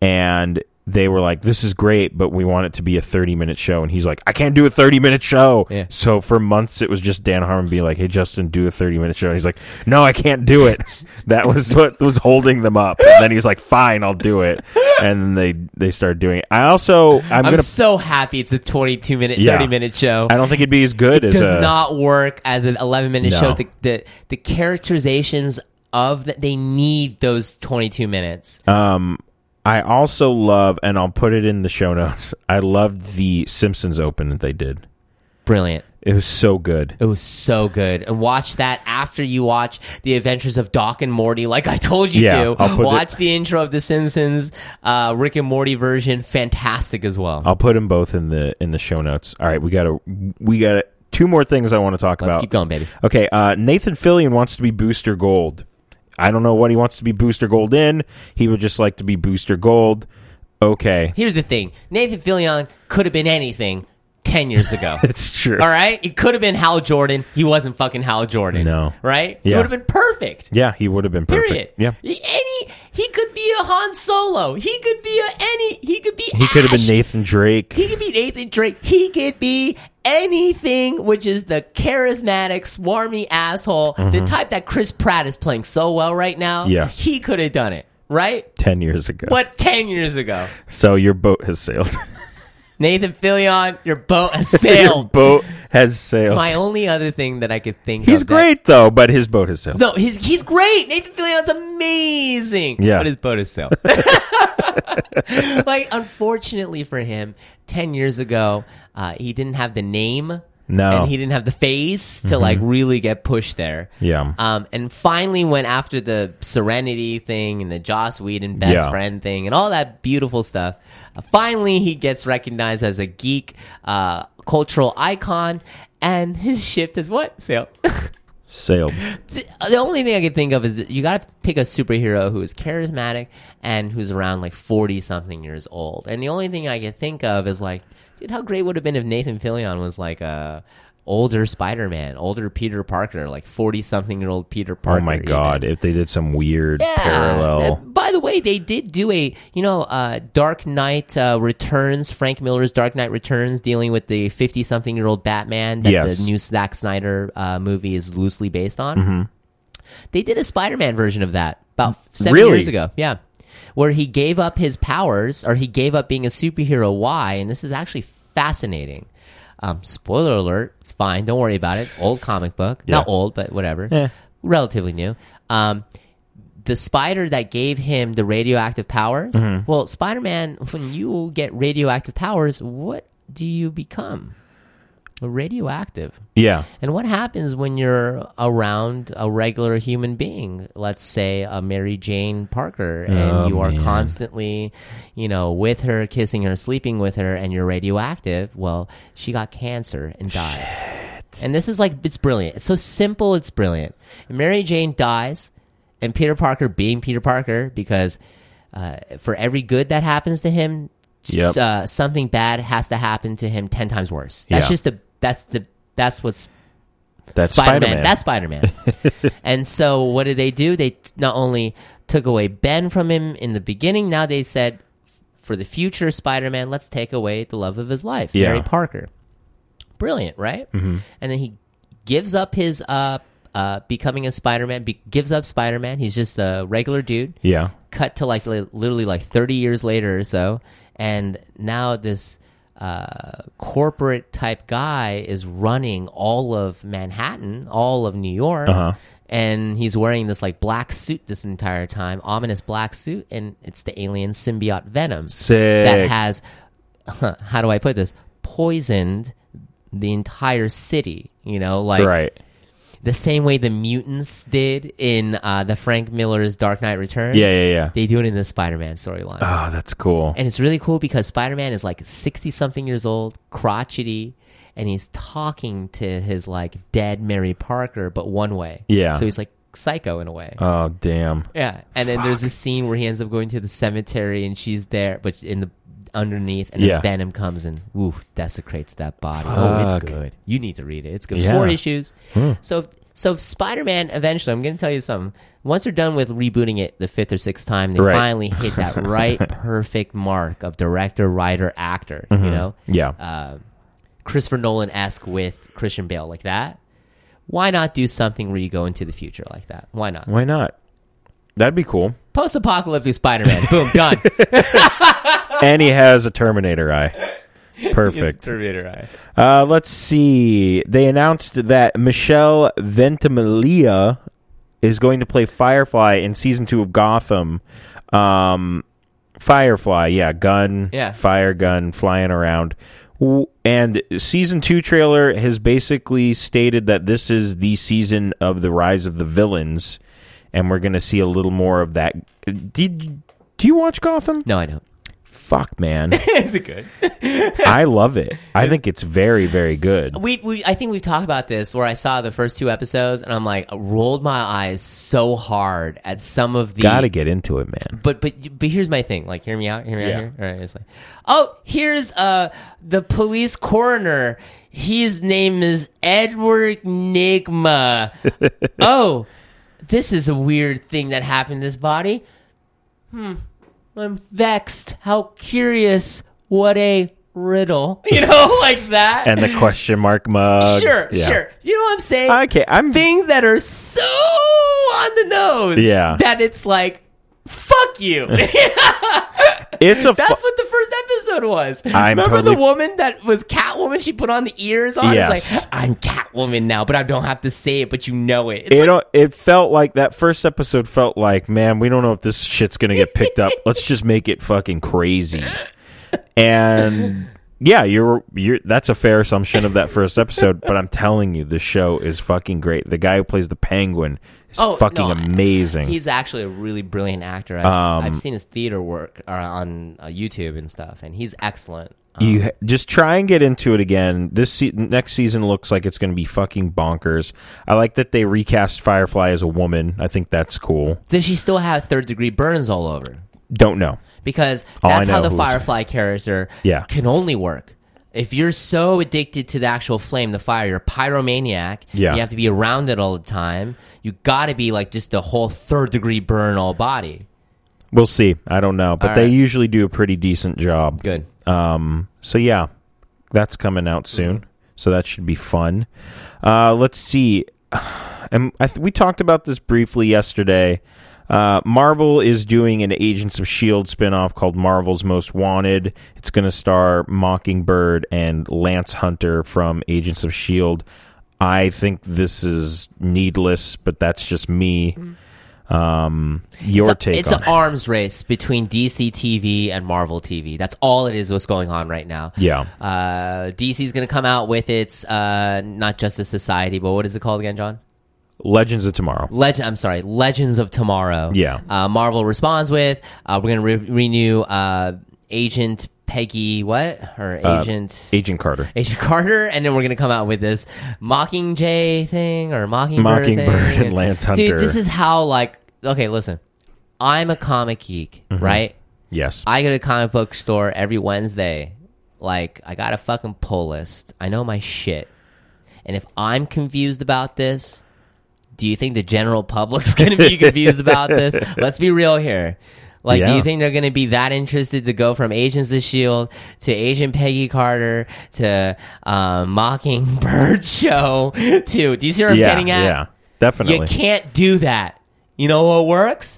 [SPEAKER 2] and they were like, "This is great, but we want it to be a thirty minute show." And he's like, "I can't do a thirty minute show."
[SPEAKER 3] Yeah.
[SPEAKER 2] So for months, it was just Dan Harmon being like, "Hey, Justin, do a thirty minute show." And he's like, "No, I can't do it." that was what was holding them up. And then he was like, "Fine, I'll do it." And they they started doing it. I also I'm,
[SPEAKER 3] I'm
[SPEAKER 2] gonna.
[SPEAKER 3] so happy it's a 22 minute,
[SPEAKER 2] Yeah.
[SPEAKER 3] 30 minute show.
[SPEAKER 2] I don't think it'd be as good as uh,
[SPEAKER 3] does
[SPEAKER 2] a,
[SPEAKER 3] not work as an 11 minute
[SPEAKER 2] No.
[SPEAKER 3] show. The, the the characterizations of that they need those 22 minutes.
[SPEAKER 2] Um, I also love, and I'll put it in the show notes. I loved the Simpsons open that they did.
[SPEAKER 3] Brilliant.
[SPEAKER 2] It was so good.
[SPEAKER 3] It was so good. And watch that after you watch The Adventures of Doc and Morty, like I told you
[SPEAKER 2] Yeah,
[SPEAKER 3] to.
[SPEAKER 2] I'll put
[SPEAKER 3] Watch the intro of The Simpsons, uh, Rick and Morty version. Fantastic as well.
[SPEAKER 2] I'll put them both in the in the show notes. All right, we got to we got to two more things I want to talk
[SPEAKER 3] Let's
[SPEAKER 2] about.
[SPEAKER 3] keep going, baby.
[SPEAKER 2] Okay, uh, Nathan Fillion wants to be Booster Gold. I don't know what he wants to be Booster Gold in. He would just like to be Booster Gold. Okay,
[SPEAKER 3] Here's the thing Nathan Fillion could have been anything 10 years ago.
[SPEAKER 2] it's true.
[SPEAKER 3] All right? It could have been Hal Jordan. He wasn't fucking Hal Jordan.
[SPEAKER 2] No.
[SPEAKER 3] Right? It
[SPEAKER 2] Yeah.
[SPEAKER 3] would have been perfect.
[SPEAKER 2] Yeah, he would have been perfect.
[SPEAKER 3] Period.
[SPEAKER 2] Yeah,
[SPEAKER 3] He- Any he could be a Han Solo. He could be a any he could be
[SPEAKER 2] he could have been
[SPEAKER 3] Ash.
[SPEAKER 2] Nathan Drake.
[SPEAKER 3] He could be Nathan Drake. He could be anything, which is the charismatic, swarmy asshole, the type that Chris Pratt is playing so well right now.
[SPEAKER 2] Mm-hmm. Yes.
[SPEAKER 3] He could have done it, right?
[SPEAKER 2] ten years ago.
[SPEAKER 3] But 10 years ago,
[SPEAKER 2] So your boat has sailed.
[SPEAKER 3] Nathan Fillion, your boat has
[SPEAKER 2] your
[SPEAKER 3] sailed.
[SPEAKER 2] boat has sailed.
[SPEAKER 3] My only other thing that I could think
[SPEAKER 2] he's
[SPEAKER 3] of. that-
[SPEAKER 2] great though, but his boat has sailed.
[SPEAKER 3] no, he's, he's great. Nathan Fillion's amazing.
[SPEAKER 2] Yeah.
[SPEAKER 3] But his boat is sailed. like, unfortunately for him, 10 years ago, uh, he didn't have the name.
[SPEAKER 2] No. Mm-hmm.
[SPEAKER 3] And he didn't have the face to like really get pushed there.
[SPEAKER 2] Yeah.
[SPEAKER 3] Um, and finally went after the Serenity thing and the Joss Whedon best
[SPEAKER 2] Yeah.
[SPEAKER 3] friend thing and all that beautiful stuff. Uh, finally, he gets recognized as a geek uh, cultural icon, and his ship is what? Sail.
[SPEAKER 2] Sailed. Oh
[SPEAKER 3] the, the only thing I can think of is that you got to pick a superhero who is charismatic and who's around like 40 something years old. And the only thing I can think of is like, dude, how great would it have been if Nathan Fillion was like a older Spider-Man, older Peter Parker, like 40 something year old Peter
[SPEAKER 2] Oh
[SPEAKER 3] Parker.
[SPEAKER 2] my
[SPEAKER 3] even.
[SPEAKER 2] god! If they did some weird
[SPEAKER 3] Yeah.
[SPEAKER 2] parallel.
[SPEAKER 3] And by the way, they did do a you know uh, Dark Knight uh, Returns, Frank Miller's Dark Knight Returns, dealing with the fifty-something-year-old Batman that
[SPEAKER 2] Yes. Mm-hmm.
[SPEAKER 3] the new Zack Snyder uh, movie is loosely based on. They did a Spider-Man version of that about seven
[SPEAKER 2] Really?
[SPEAKER 3] years ago. Yeah. Where he gave up his powers, or he gave up being a superhero. Why? And this is actually fascinating. Um, spoiler alert. It's fine. Don't worry about it. Old comic book. Not
[SPEAKER 2] Yeah.
[SPEAKER 3] old, but whatever.
[SPEAKER 2] Yeah.
[SPEAKER 3] Relatively new. Um, the spider that gave him the radioactive powers.
[SPEAKER 2] Mm-hmm.
[SPEAKER 3] Well, Spider Man, when you get radioactive powers, what do you become? Radioactive.
[SPEAKER 2] Yeah.
[SPEAKER 3] And what happens when you're around a regular human being? Let's say a Mary Jane Parker, and
[SPEAKER 2] Oh,
[SPEAKER 3] you are
[SPEAKER 2] man.
[SPEAKER 3] constantly, you know, with her, kissing her, sleeping with her, and you're radioactive. Well, she got cancer and died. And this is like it's brilliant. It's so simple, it's brilliant. Mary Jane dies, and Peter Parker, being Peter Parker, because uh, for every good that happens to him, s-
[SPEAKER 2] Yep.
[SPEAKER 3] uh, something bad has to happen to him ten times worse. That's
[SPEAKER 2] Yeah.
[SPEAKER 3] just the that's the that's what's
[SPEAKER 2] That's Spider Man.
[SPEAKER 3] that's Spider Man. and so, what did they do? They t- not only took away Ben from him in the beginning, now they said, for the future Spider Man, let's take away the love of his life,
[SPEAKER 2] Yeah. Mm-hmm.
[SPEAKER 3] Mary Parker. Brilliant, right? And then he gives up his uh, uh, becoming a Spider Man, be- gives up Spider Man. He's just a regular dude
[SPEAKER 2] yeah.
[SPEAKER 3] cut to like li- literally like 30 years later or so and now this uh, corporate type guy is running all of manhattan all of new york
[SPEAKER 2] Uh-huh.
[SPEAKER 3] and he's wearing this like black suit this entire time ominous black suit and it's the alien symbiote venom
[SPEAKER 2] Sick.
[SPEAKER 3] that has how do i put this poisoned the entire city you know like
[SPEAKER 2] right.
[SPEAKER 3] the same way the mutants did in uh, the Frank Miller's Dark Knight Returns.
[SPEAKER 2] Yeah, yeah, yeah.
[SPEAKER 3] They do it in the Spider-Man storyline,
[SPEAKER 2] Oh, that's cool.
[SPEAKER 3] and it's really cool because Spider-Man is like sixty something years old, crotchety, and he's talking to his like dead Mary Parker, but one way.
[SPEAKER 2] Yeah.
[SPEAKER 3] so he's like psycho in a way.
[SPEAKER 2] oh, damn.
[SPEAKER 3] yeah, and then there's this scene where he ends up going to the cemetery, and she's there, but in the underneath, and
[SPEAKER 2] Yeah.
[SPEAKER 3] then venom comes and woo desecrates that body. Oh, it's
[SPEAKER 2] Fuck.
[SPEAKER 3] good. You need to read it. It's good.
[SPEAKER 2] Yeah. Hmm.
[SPEAKER 3] Four issues. So, so Spider Man. Eventually, I'm going to tell you something. Once they're done with rebooting it the fifth or sixth time, they
[SPEAKER 2] Right.
[SPEAKER 3] finally hit that right perfect mark of director, writer, actor.
[SPEAKER 2] Mm-hmm.
[SPEAKER 3] You know,
[SPEAKER 2] Hmm. Yeah.
[SPEAKER 3] uh, Christopher Nolan esque with Christian Bale like that. Why not do something where you go into the future like that? Why not?
[SPEAKER 2] Why not? That'd be cool.
[SPEAKER 3] Post apocalyptic Spider Man. Boom, done.
[SPEAKER 2] and he has a Terminator eye. Perfect.
[SPEAKER 3] Terminator. Eye.
[SPEAKER 2] Uh, let's see. They announced that Michelle Ventimiglia is going to play Firefly in season two of Gotham. Um, Firefly, yeah, gun,
[SPEAKER 3] Yeah.
[SPEAKER 2] fire gun, flying around. W- And season two trailer has basically stated that this is the season of the rise of the villains, and we're going to see a little more of that. Did do you watch Gotham?
[SPEAKER 3] No, I don't.
[SPEAKER 2] Fuck, man,
[SPEAKER 3] Is it good?
[SPEAKER 2] I love it. I think it's very, very good.
[SPEAKER 3] We, we I think we've talked about this where I saw the first two episodes and I'm like rolled my eyes so hard at some of the
[SPEAKER 2] Got to get into it, man.
[SPEAKER 3] but but but here's my thing. Like, hear me out. Hear me
[SPEAKER 2] Yeah.
[SPEAKER 3] out here. All right. It's like, oh, here's uh the police coroner. His name is Edward Nigma. oh, this is a weird thing that happened to this body. Hmm. I'm vexed. How curious. What a riddle. You know, like that.
[SPEAKER 2] And the question mark mug.
[SPEAKER 3] sure,
[SPEAKER 2] Yeah.
[SPEAKER 3] sure. You know what I'm saying?
[SPEAKER 2] Okay, I'm
[SPEAKER 3] things that are so on the nose
[SPEAKER 2] Yeah.
[SPEAKER 3] that it's like fuck you
[SPEAKER 2] It's a.
[SPEAKER 3] that's
[SPEAKER 2] fu-
[SPEAKER 3] what the first episode was
[SPEAKER 2] I'm
[SPEAKER 3] remember
[SPEAKER 2] totally-
[SPEAKER 3] the woman that was catwoman she put on the ears on it's
[SPEAKER 2] Yes.
[SPEAKER 3] like i'm catwoman now but i don't have to say it but you know it it's
[SPEAKER 2] it, it felt like that first episode felt like, man, we don't know if this shit's gonna get picked up. Let's just make it fucking crazy. And yeah, you're you're that's a fair assumption of that first episode. But I'm telling you, the show is fucking great. The guy who plays the penguin is
[SPEAKER 3] Oh,
[SPEAKER 2] fucking
[SPEAKER 3] no, I-
[SPEAKER 2] amazing.
[SPEAKER 3] He's actually a really brilliant actor. I've,
[SPEAKER 2] Um,
[SPEAKER 3] I've seen his theater work uh, on uh, YouTube and stuff, and he's excellent. Um,
[SPEAKER 2] you ha- just try and get into it again. This se- next season looks like it's going to be fucking bonkers. I like that they recast Firefly as a woman. I think that's cool.
[SPEAKER 3] does she still have third degree burns all over?
[SPEAKER 2] Don't know.
[SPEAKER 3] because
[SPEAKER 2] All Oh, I
[SPEAKER 3] that's how
[SPEAKER 2] know
[SPEAKER 3] the
[SPEAKER 2] who was-
[SPEAKER 3] Firefly character
[SPEAKER 2] Yeah.
[SPEAKER 3] can only work. If you're so addicted to the actual flame, the fire, you're a pyromaniac.
[SPEAKER 2] Yeah.
[SPEAKER 3] You have to be around it all the time. You got to be like just the whole third degree burn all body.
[SPEAKER 2] We'll see. I don't know, but
[SPEAKER 3] All
[SPEAKER 2] they
[SPEAKER 3] right.
[SPEAKER 2] usually do a pretty decent job.
[SPEAKER 3] Good.
[SPEAKER 2] Um, so yeah, that's coming out soon. So that should be fun. Uh, let's see. And I th- we talked about this briefly yesterday. Uh, Marvel is doing an Agents of Shield E spinoff called Marvel's Most Wanted. It's going to star Mockingbird and Lance Hunter from Agents of Shield. E I think this is needless, but that's just me. Um, your
[SPEAKER 3] it's a-
[SPEAKER 2] take
[SPEAKER 3] it's
[SPEAKER 2] on
[SPEAKER 3] an
[SPEAKER 2] it?
[SPEAKER 3] arms race between DC TV and Marvel TV. That's all it is. What's going on right now?
[SPEAKER 2] Yeah.
[SPEAKER 3] Uh, DC is going to come out with its uh, not Justice Society, but what is it called again, John?
[SPEAKER 2] Legends of Tomorrow.
[SPEAKER 3] Legend. I'm sorry, Legends of Tomorrow.
[SPEAKER 2] Yeah.
[SPEAKER 3] Uh, Marvel responds with, uh, "We're going to re- renew uh, Agent Peggy what her
[SPEAKER 2] Uh,
[SPEAKER 3] agent
[SPEAKER 2] Agent Carter.
[SPEAKER 3] Agent Carter, and then we're gonna come out with this Mockingjay thing or Mockingbird,
[SPEAKER 2] Mockingbird
[SPEAKER 3] thing.
[SPEAKER 2] and Lance Hunter.
[SPEAKER 3] Dude, this is how like okay, listen, I'm a comic geek,
[SPEAKER 2] Mm-hmm.
[SPEAKER 3] right?
[SPEAKER 2] Yes.
[SPEAKER 3] I go to a comic book store every Wednesday. Like I got a fucking pull list. I know my shit, and if I'm confused about this. Do you think the general public's going to be confused about this? Let's be real here. Like, do
[SPEAKER 2] Yeah.
[SPEAKER 3] you think they're going to be that interested to go from Agents of Shield E to Agent Peggy Carter to uh, Mockingbird show to? Do you see what I'm
[SPEAKER 2] yeah.
[SPEAKER 3] getting at?
[SPEAKER 2] yeah. Definitely.
[SPEAKER 3] You can't do that. You know what works?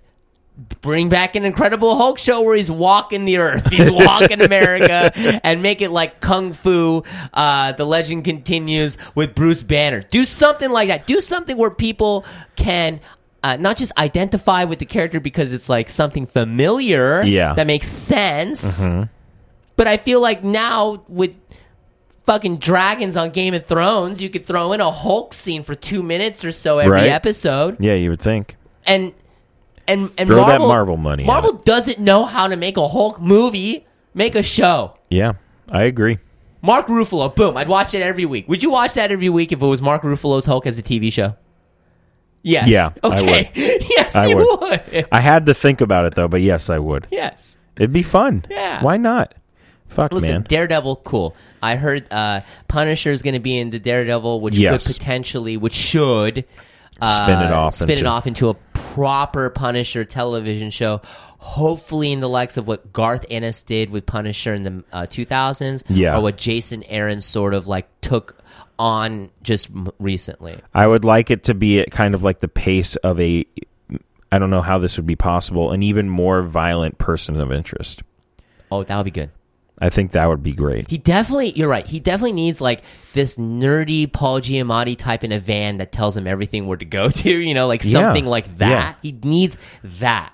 [SPEAKER 3] Bring back an Incredible Hulk show where he's walking the earth, he's walking America, and make it like Kung Fu. Uh, the legend continues with Bruce Banner. Do something like that. Do something where people can. Uh, not just identify with the character because it's like something familiar
[SPEAKER 2] Yeah. Mm-hmm.
[SPEAKER 3] that makes sense, but I feel like now with fucking dragons on Game of Thrones, you could throw in a Hulk scene for two minutes or so every
[SPEAKER 2] Right.
[SPEAKER 3] episode,
[SPEAKER 2] yeah, you would think.
[SPEAKER 3] and and and
[SPEAKER 2] Throw that
[SPEAKER 3] Marvel,
[SPEAKER 2] Marvel money at
[SPEAKER 3] Marvel doesn't know how to make a Hulk movie. Make a show.
[SPEAKER 2] Yeah. I agree.
[SPEAKER 3] Mark Ruffalo, boom! I'd watch it every week. Would you watch that every week if it was Mark Ruffalo's Hulk as a TV show? Yes.
[SPEAKER 2] Yeah, I would.
[SPEAKER 3] Okay. yes,
[SPEAKER 2] I
[SPEAKER 3] you
[SPEAKER 2] would.
[SPEAKER 3] would.
[SPEAKER 2] I had to think about it though, but yes, I would.
[SPEAKER 3] Yes.
[SPEAKER 2] It'd be fun.
[SPEAKER 3] Yeah.
[SPEAKER 2] Why not? Fuck
[SPEAKER 3] Listen,
[SPEAKER 2] man.
[SPEAKER 3] Daredevil, cool. I heard uh, Punisher is going to be in the Daredevil, which
[SPEAKER 2] Yes.
[SPEAKER 3] could potentially, which should uh,
[SPEAKER 2] Spin it off
[SPEAKER 3] spin it
[SPEAKER 2] into-
[SPEAKER 3] off into a proper Punisher television show. Hopefully, in the likes of what Garth Ennis did with Punisher in the uh, 2000s,
[SPEAKER 2] Yeah.
[SPEAKER 3] or what Jason Aaron sort of like took on just m- recently.
[SPEAKER 2] I would like it to be at kind of like the pace of a I don't know how this would be possible, an even more violent person of interest.
[SPEAKER 3] Oh, that would be good.
[SPEAKER 2] I think that would be great.
[SPEAKER 3] He definitely, you're right. He definitely needs like this nerdy Paul Giamatti type in a van that tells him everything where to go to. You know, like
[SPEAKER 2] Yeah.
[SPEAKER 3] something like that.
[SPEAKER 2] Yeah. Mm-hmm.
[SPEAKER 3] He needs that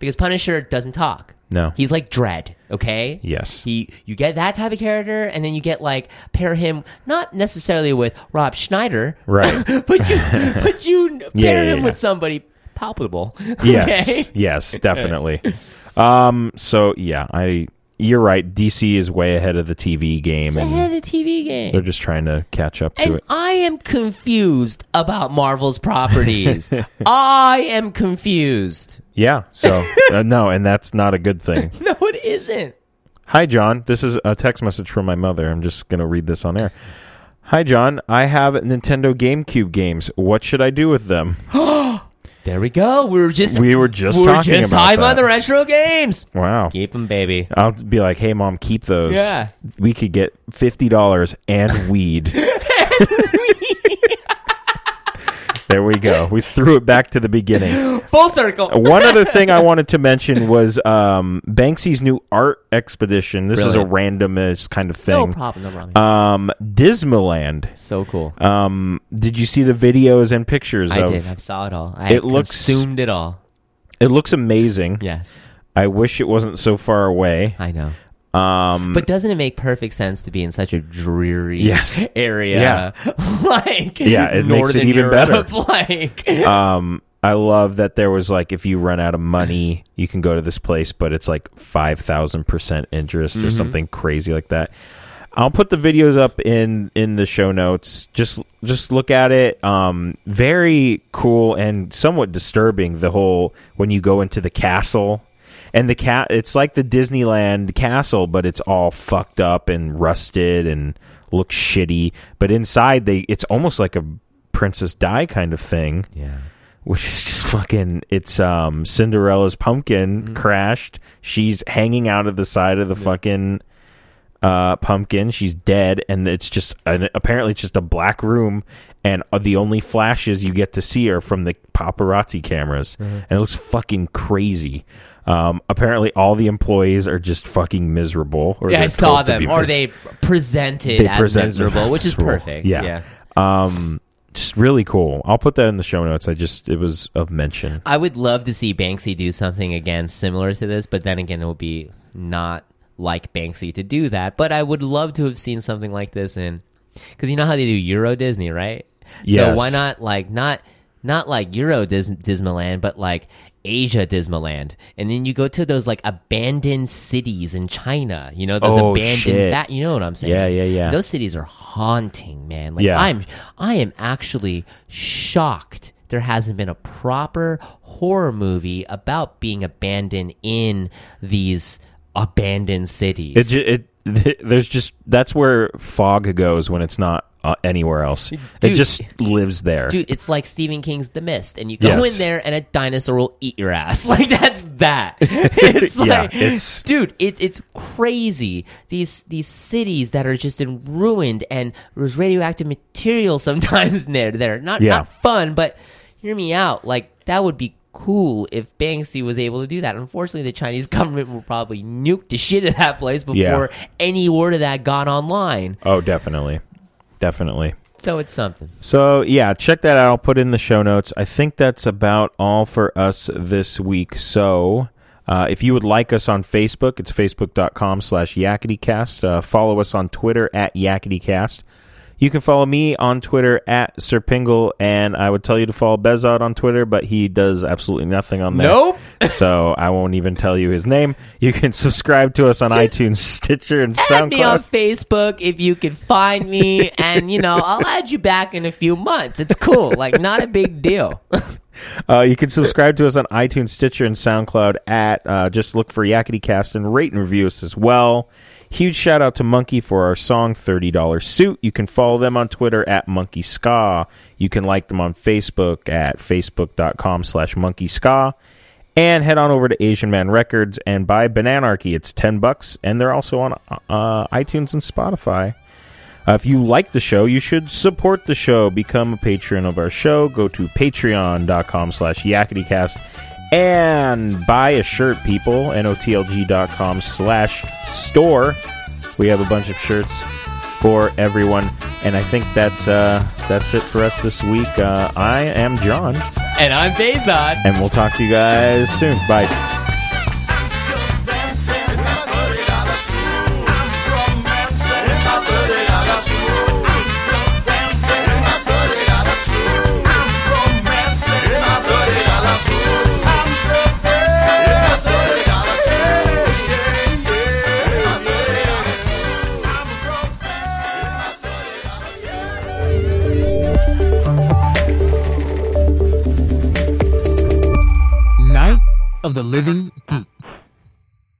[SPEAKER 3] because Punisher doesn't talk.
[SPEAKER 2] No.
[SPEAKER 3] he's like Dread. Okay.
[SPEAKER 2] Yes.
[SPEAKER 3] He, you get that type of character, and then you get like pair him not necessarily with Rob Schneider,
[SPEAKER 2] Right.
[SPEAKER 3] but you, but you pair
[SPEAKER 2] Yeah, yeah,
[SPEAKER 3] him
[SPEAKER 2] yeah.
[SPEAKER 3] with somebody palpable.
[SPEAKER 2] Yes.
[SPEAKER 3] Okay?
[SPEAKER 2] Yes, definitely. um so yeah, I you're right. DC is way ahead of the TV game
[SPEAKER 3] It's
[SPEAKER 2] and
[SPEAKER 3] ahead of the TV game.
[SPEAKER 2] they're just trying to catch up to
[SPEAKER 3] And
[SPEAKER 2] it.
[SPEAKER 3] I am confused about Marvel's properties. I am confused.
[SPEAKER 2] Yeah. So uh, no, and that's not a good thing.
[SPEAKER 3] No, it isn't.
[SPEAKER 2] Hi, John. This is a text message from my mother. I'm just going to read this on air. Hi, John. I have Nintendo GameCube games. What should I do with them?
[SPEAKER 3] There we go. We were just
[SPEAKER 2] We were just
[SPEAKER 3] we were
[SPEAKER 2] talking
[SPEAKER 3] just
[SPEAKER 2] about
[SPEAKER 3] high
[SPEAKER 2] that.
[SPEAKER 3] on the retro games.
[SPEAKER 2] Wow.
[SPEAKER 3] Keep them, baby.
[SPEAKER 2] I'll be like, hey, mom, keep those.
[SPEAKER 3] Yeah.
[SPEAKER 2] We could get $50 and weed. there we go. We threw it back to the beginning.
[SPEAKER 3] Full circle.
[SPEAKER 2] One other thing I wanted to mention was um, Banksy's new art expedition. This is a randomist kind of
[SPEAKER 3] No
[SPEAKER 2] thing.
[SPEAKER 3] problem. No problem.
[SPEAKER 2] um, Dismaland.
[SPEAKER 3] so cool.
[SPEAKER 2] Um, did you see the videos and pictures
[SPEAKER 3] I
[SPEAKER 2] of
[SPEAKER 3] did. I saw it all. I
[SPEAKER 2] It looks-
[SPEAKER 3] consumed it all.
[SPEAKER 2] it looks amazing.
[SPEAKER 3] Yes,
[SPEAKER 2] I wish it wasn't so far away.
[SPEAKER 3] I know.
[SPEAKER 2] Um
[SPEAKER 3] But doesn't it make perfect sense to be in such a dreary
[SPEAKER 2] Yes.
[SPEAKER 3] area? like
[SPEAKER 2] Yeah, it makes it
[SPEAKER 3] Northern
[SPEAKER 2] even
[SPEAKER 3] Europe, Like
[SPEAKER 2] um I love that there was like if you run out of money, you can go to this place, but it's like five thousand percent interest or something crazy like that. I'll put the videos up in in the show notes. Just just look at it. Um, very cool and somewhat disturbing. The whole when you go into the castle and the cat, it's like the Disneyland castle, but it's all fucked up and rusted and looks shitty. But inside, they it's almost like a Princess Di kind of thing
[SPEAKER 3] yeah.
[SPEAKER 2] which is just fucking it's um Cinderella's pumpkin crashed. She's hanging out of the side of the fucking uh pumpkin. She's dead and it's just an, apparently it's just a black room and uh, the only flashes you get to see are from the paparazzi cameras. And it looks fucking crazy. Um apparently all the employees are just fucking miserable or
[SPEAKER 3] Yeah, I
[SPEAKER 2] they're
[SPEAKER 3] saw
[SPEAKER 2] told to
[SPEAKER 3] them,
[SPEAKER 2] be
[SPEAKER 3] or
[SPEAKER 2] mis-
[SPEAKER 3] they presented
[SPEAKER 2] They
[SPEAKER 3] as
[SPEAKER 2] present them
[SPEAKER 3] miserable, which is
[SPEAKER 2] miserable.
[SPEAKER 3] perfect.
[SPEAKER 2] Yeah. um just really cool. I'll put that in the show notes. I just it was of mention.
[SPEAKER 3] I would love to see Banksy do something again similar to this, but then again, it would be not like Banksy to do that. But I would love to have seen something like this in because you know how they do Euro Disney, right? So
[SPEAKER 2] Yes.
[SPEAKER 3] why not like not not like Euro Dis- Dismaland, but like Asia Dismaland. And then you go to those like abandoned cities in China. You know, those
[SPEAKER 2] Oh,
[SPEAKER 3] abandoned
[SPEAKER 2] shit.
[SPEAKER 3] fa- you know what I'm saying?
[SPEAKER 2] Yeah, yeah, yeah.
[SPEAKER 3] Those cities are haunting, man. Like
[SPEAKER 2] Yeah.
[SPEAKER 3] I'm I am actually shocked there hasn't been a proper horror movie about being abandoned in these abandoned cities.
[SPEAKER 2] It, ju- it th- there's just that's where fog goes when it's not uh, anywhere else. it
[SPEAKER 3] Dude.
[SPEAKER 2] just lives there.
[SPEAKER 3] Dude, it's like Stephen King's The Mist, and you go
[SPEAKER 2] Yes.
[SPEAKER 3] in there and a dinosaur will eat your ass. Like that's that. It's
[SPEAKER 2] Yeah,
[SPEAKER 3] like,
[SPEAKER 2] it's-
[SPEAKER 3] dude, it, it's crazy. These these cities that are just in ruined and there's radioactive material sometimes in there. There, not
[SPEAKER 2] Yeah.
[SPEAKER 3] not fun, but hear me out. Like that would be cool if Banksy was able to do that. Unfortunately, the Chinese government will probably nuke the shit out of that place before
[SPEAKER 2] Yeah.
[SPEAKER 3] any word of that got online.
[SPEAKER 2] Oh, definitely, definitely.
[SPEAKER 3] So it's something.
[SPEAKER 2] So yeah, check that out. I'll put it in the show notes. I think that's about all for us this week. So uh, if you would like us on Facebook, it's facebook.com slash yakitycast. Uh, follow us on Twitter at yakitycast. You can follow me on Twitter at Serpingle, and I would tell you to follow Bezod on Twitter, but he does absolutely nothing on there.
[SPEAKER 3] Nope.
[SPEAKER 2] so I won't even tell you his name. You can subscribe to us on iTunes, Stitcher, and
[SPEAKER 3] add me on
[SPEAKER 2] SoundCloud.
[SPEAKER 3] Facebook if you can find me, and you know I'll add you back in a few months. It's cool, like not a big deal.
[SPEAKER 2] Uh, you can subscribe to us on iTunes, Stitcher, and SoundCloud at uh, just look for Yakety Cast and rate and review us as well. Huge shout out to Monkey for our song $30 Suit. You can follow them on Twitter at Monkey Ska. You can like them on Facebook at facebook.com slash Monkey Ska. And head on over to Asian Man Records and buy Bananarchy. It's 10 bucks, and they're also on uh, iTunes and Spotify. Uh, if you like the show, you should support the show. Become a patron of our show. Go to patreon.com slash yakitycast and buy a shirt, people. NOTLG.com slash store. We have a bunch of shirts for everyone. And I think that's, uh, that's it for us this week. Uh, I am John,
[SPEAKER 3] And I'm Bezod.
[SPEAKER 2] and we'll talk to you guys soon. Bye.
[SPEAKER 1] Night of the Living Geek.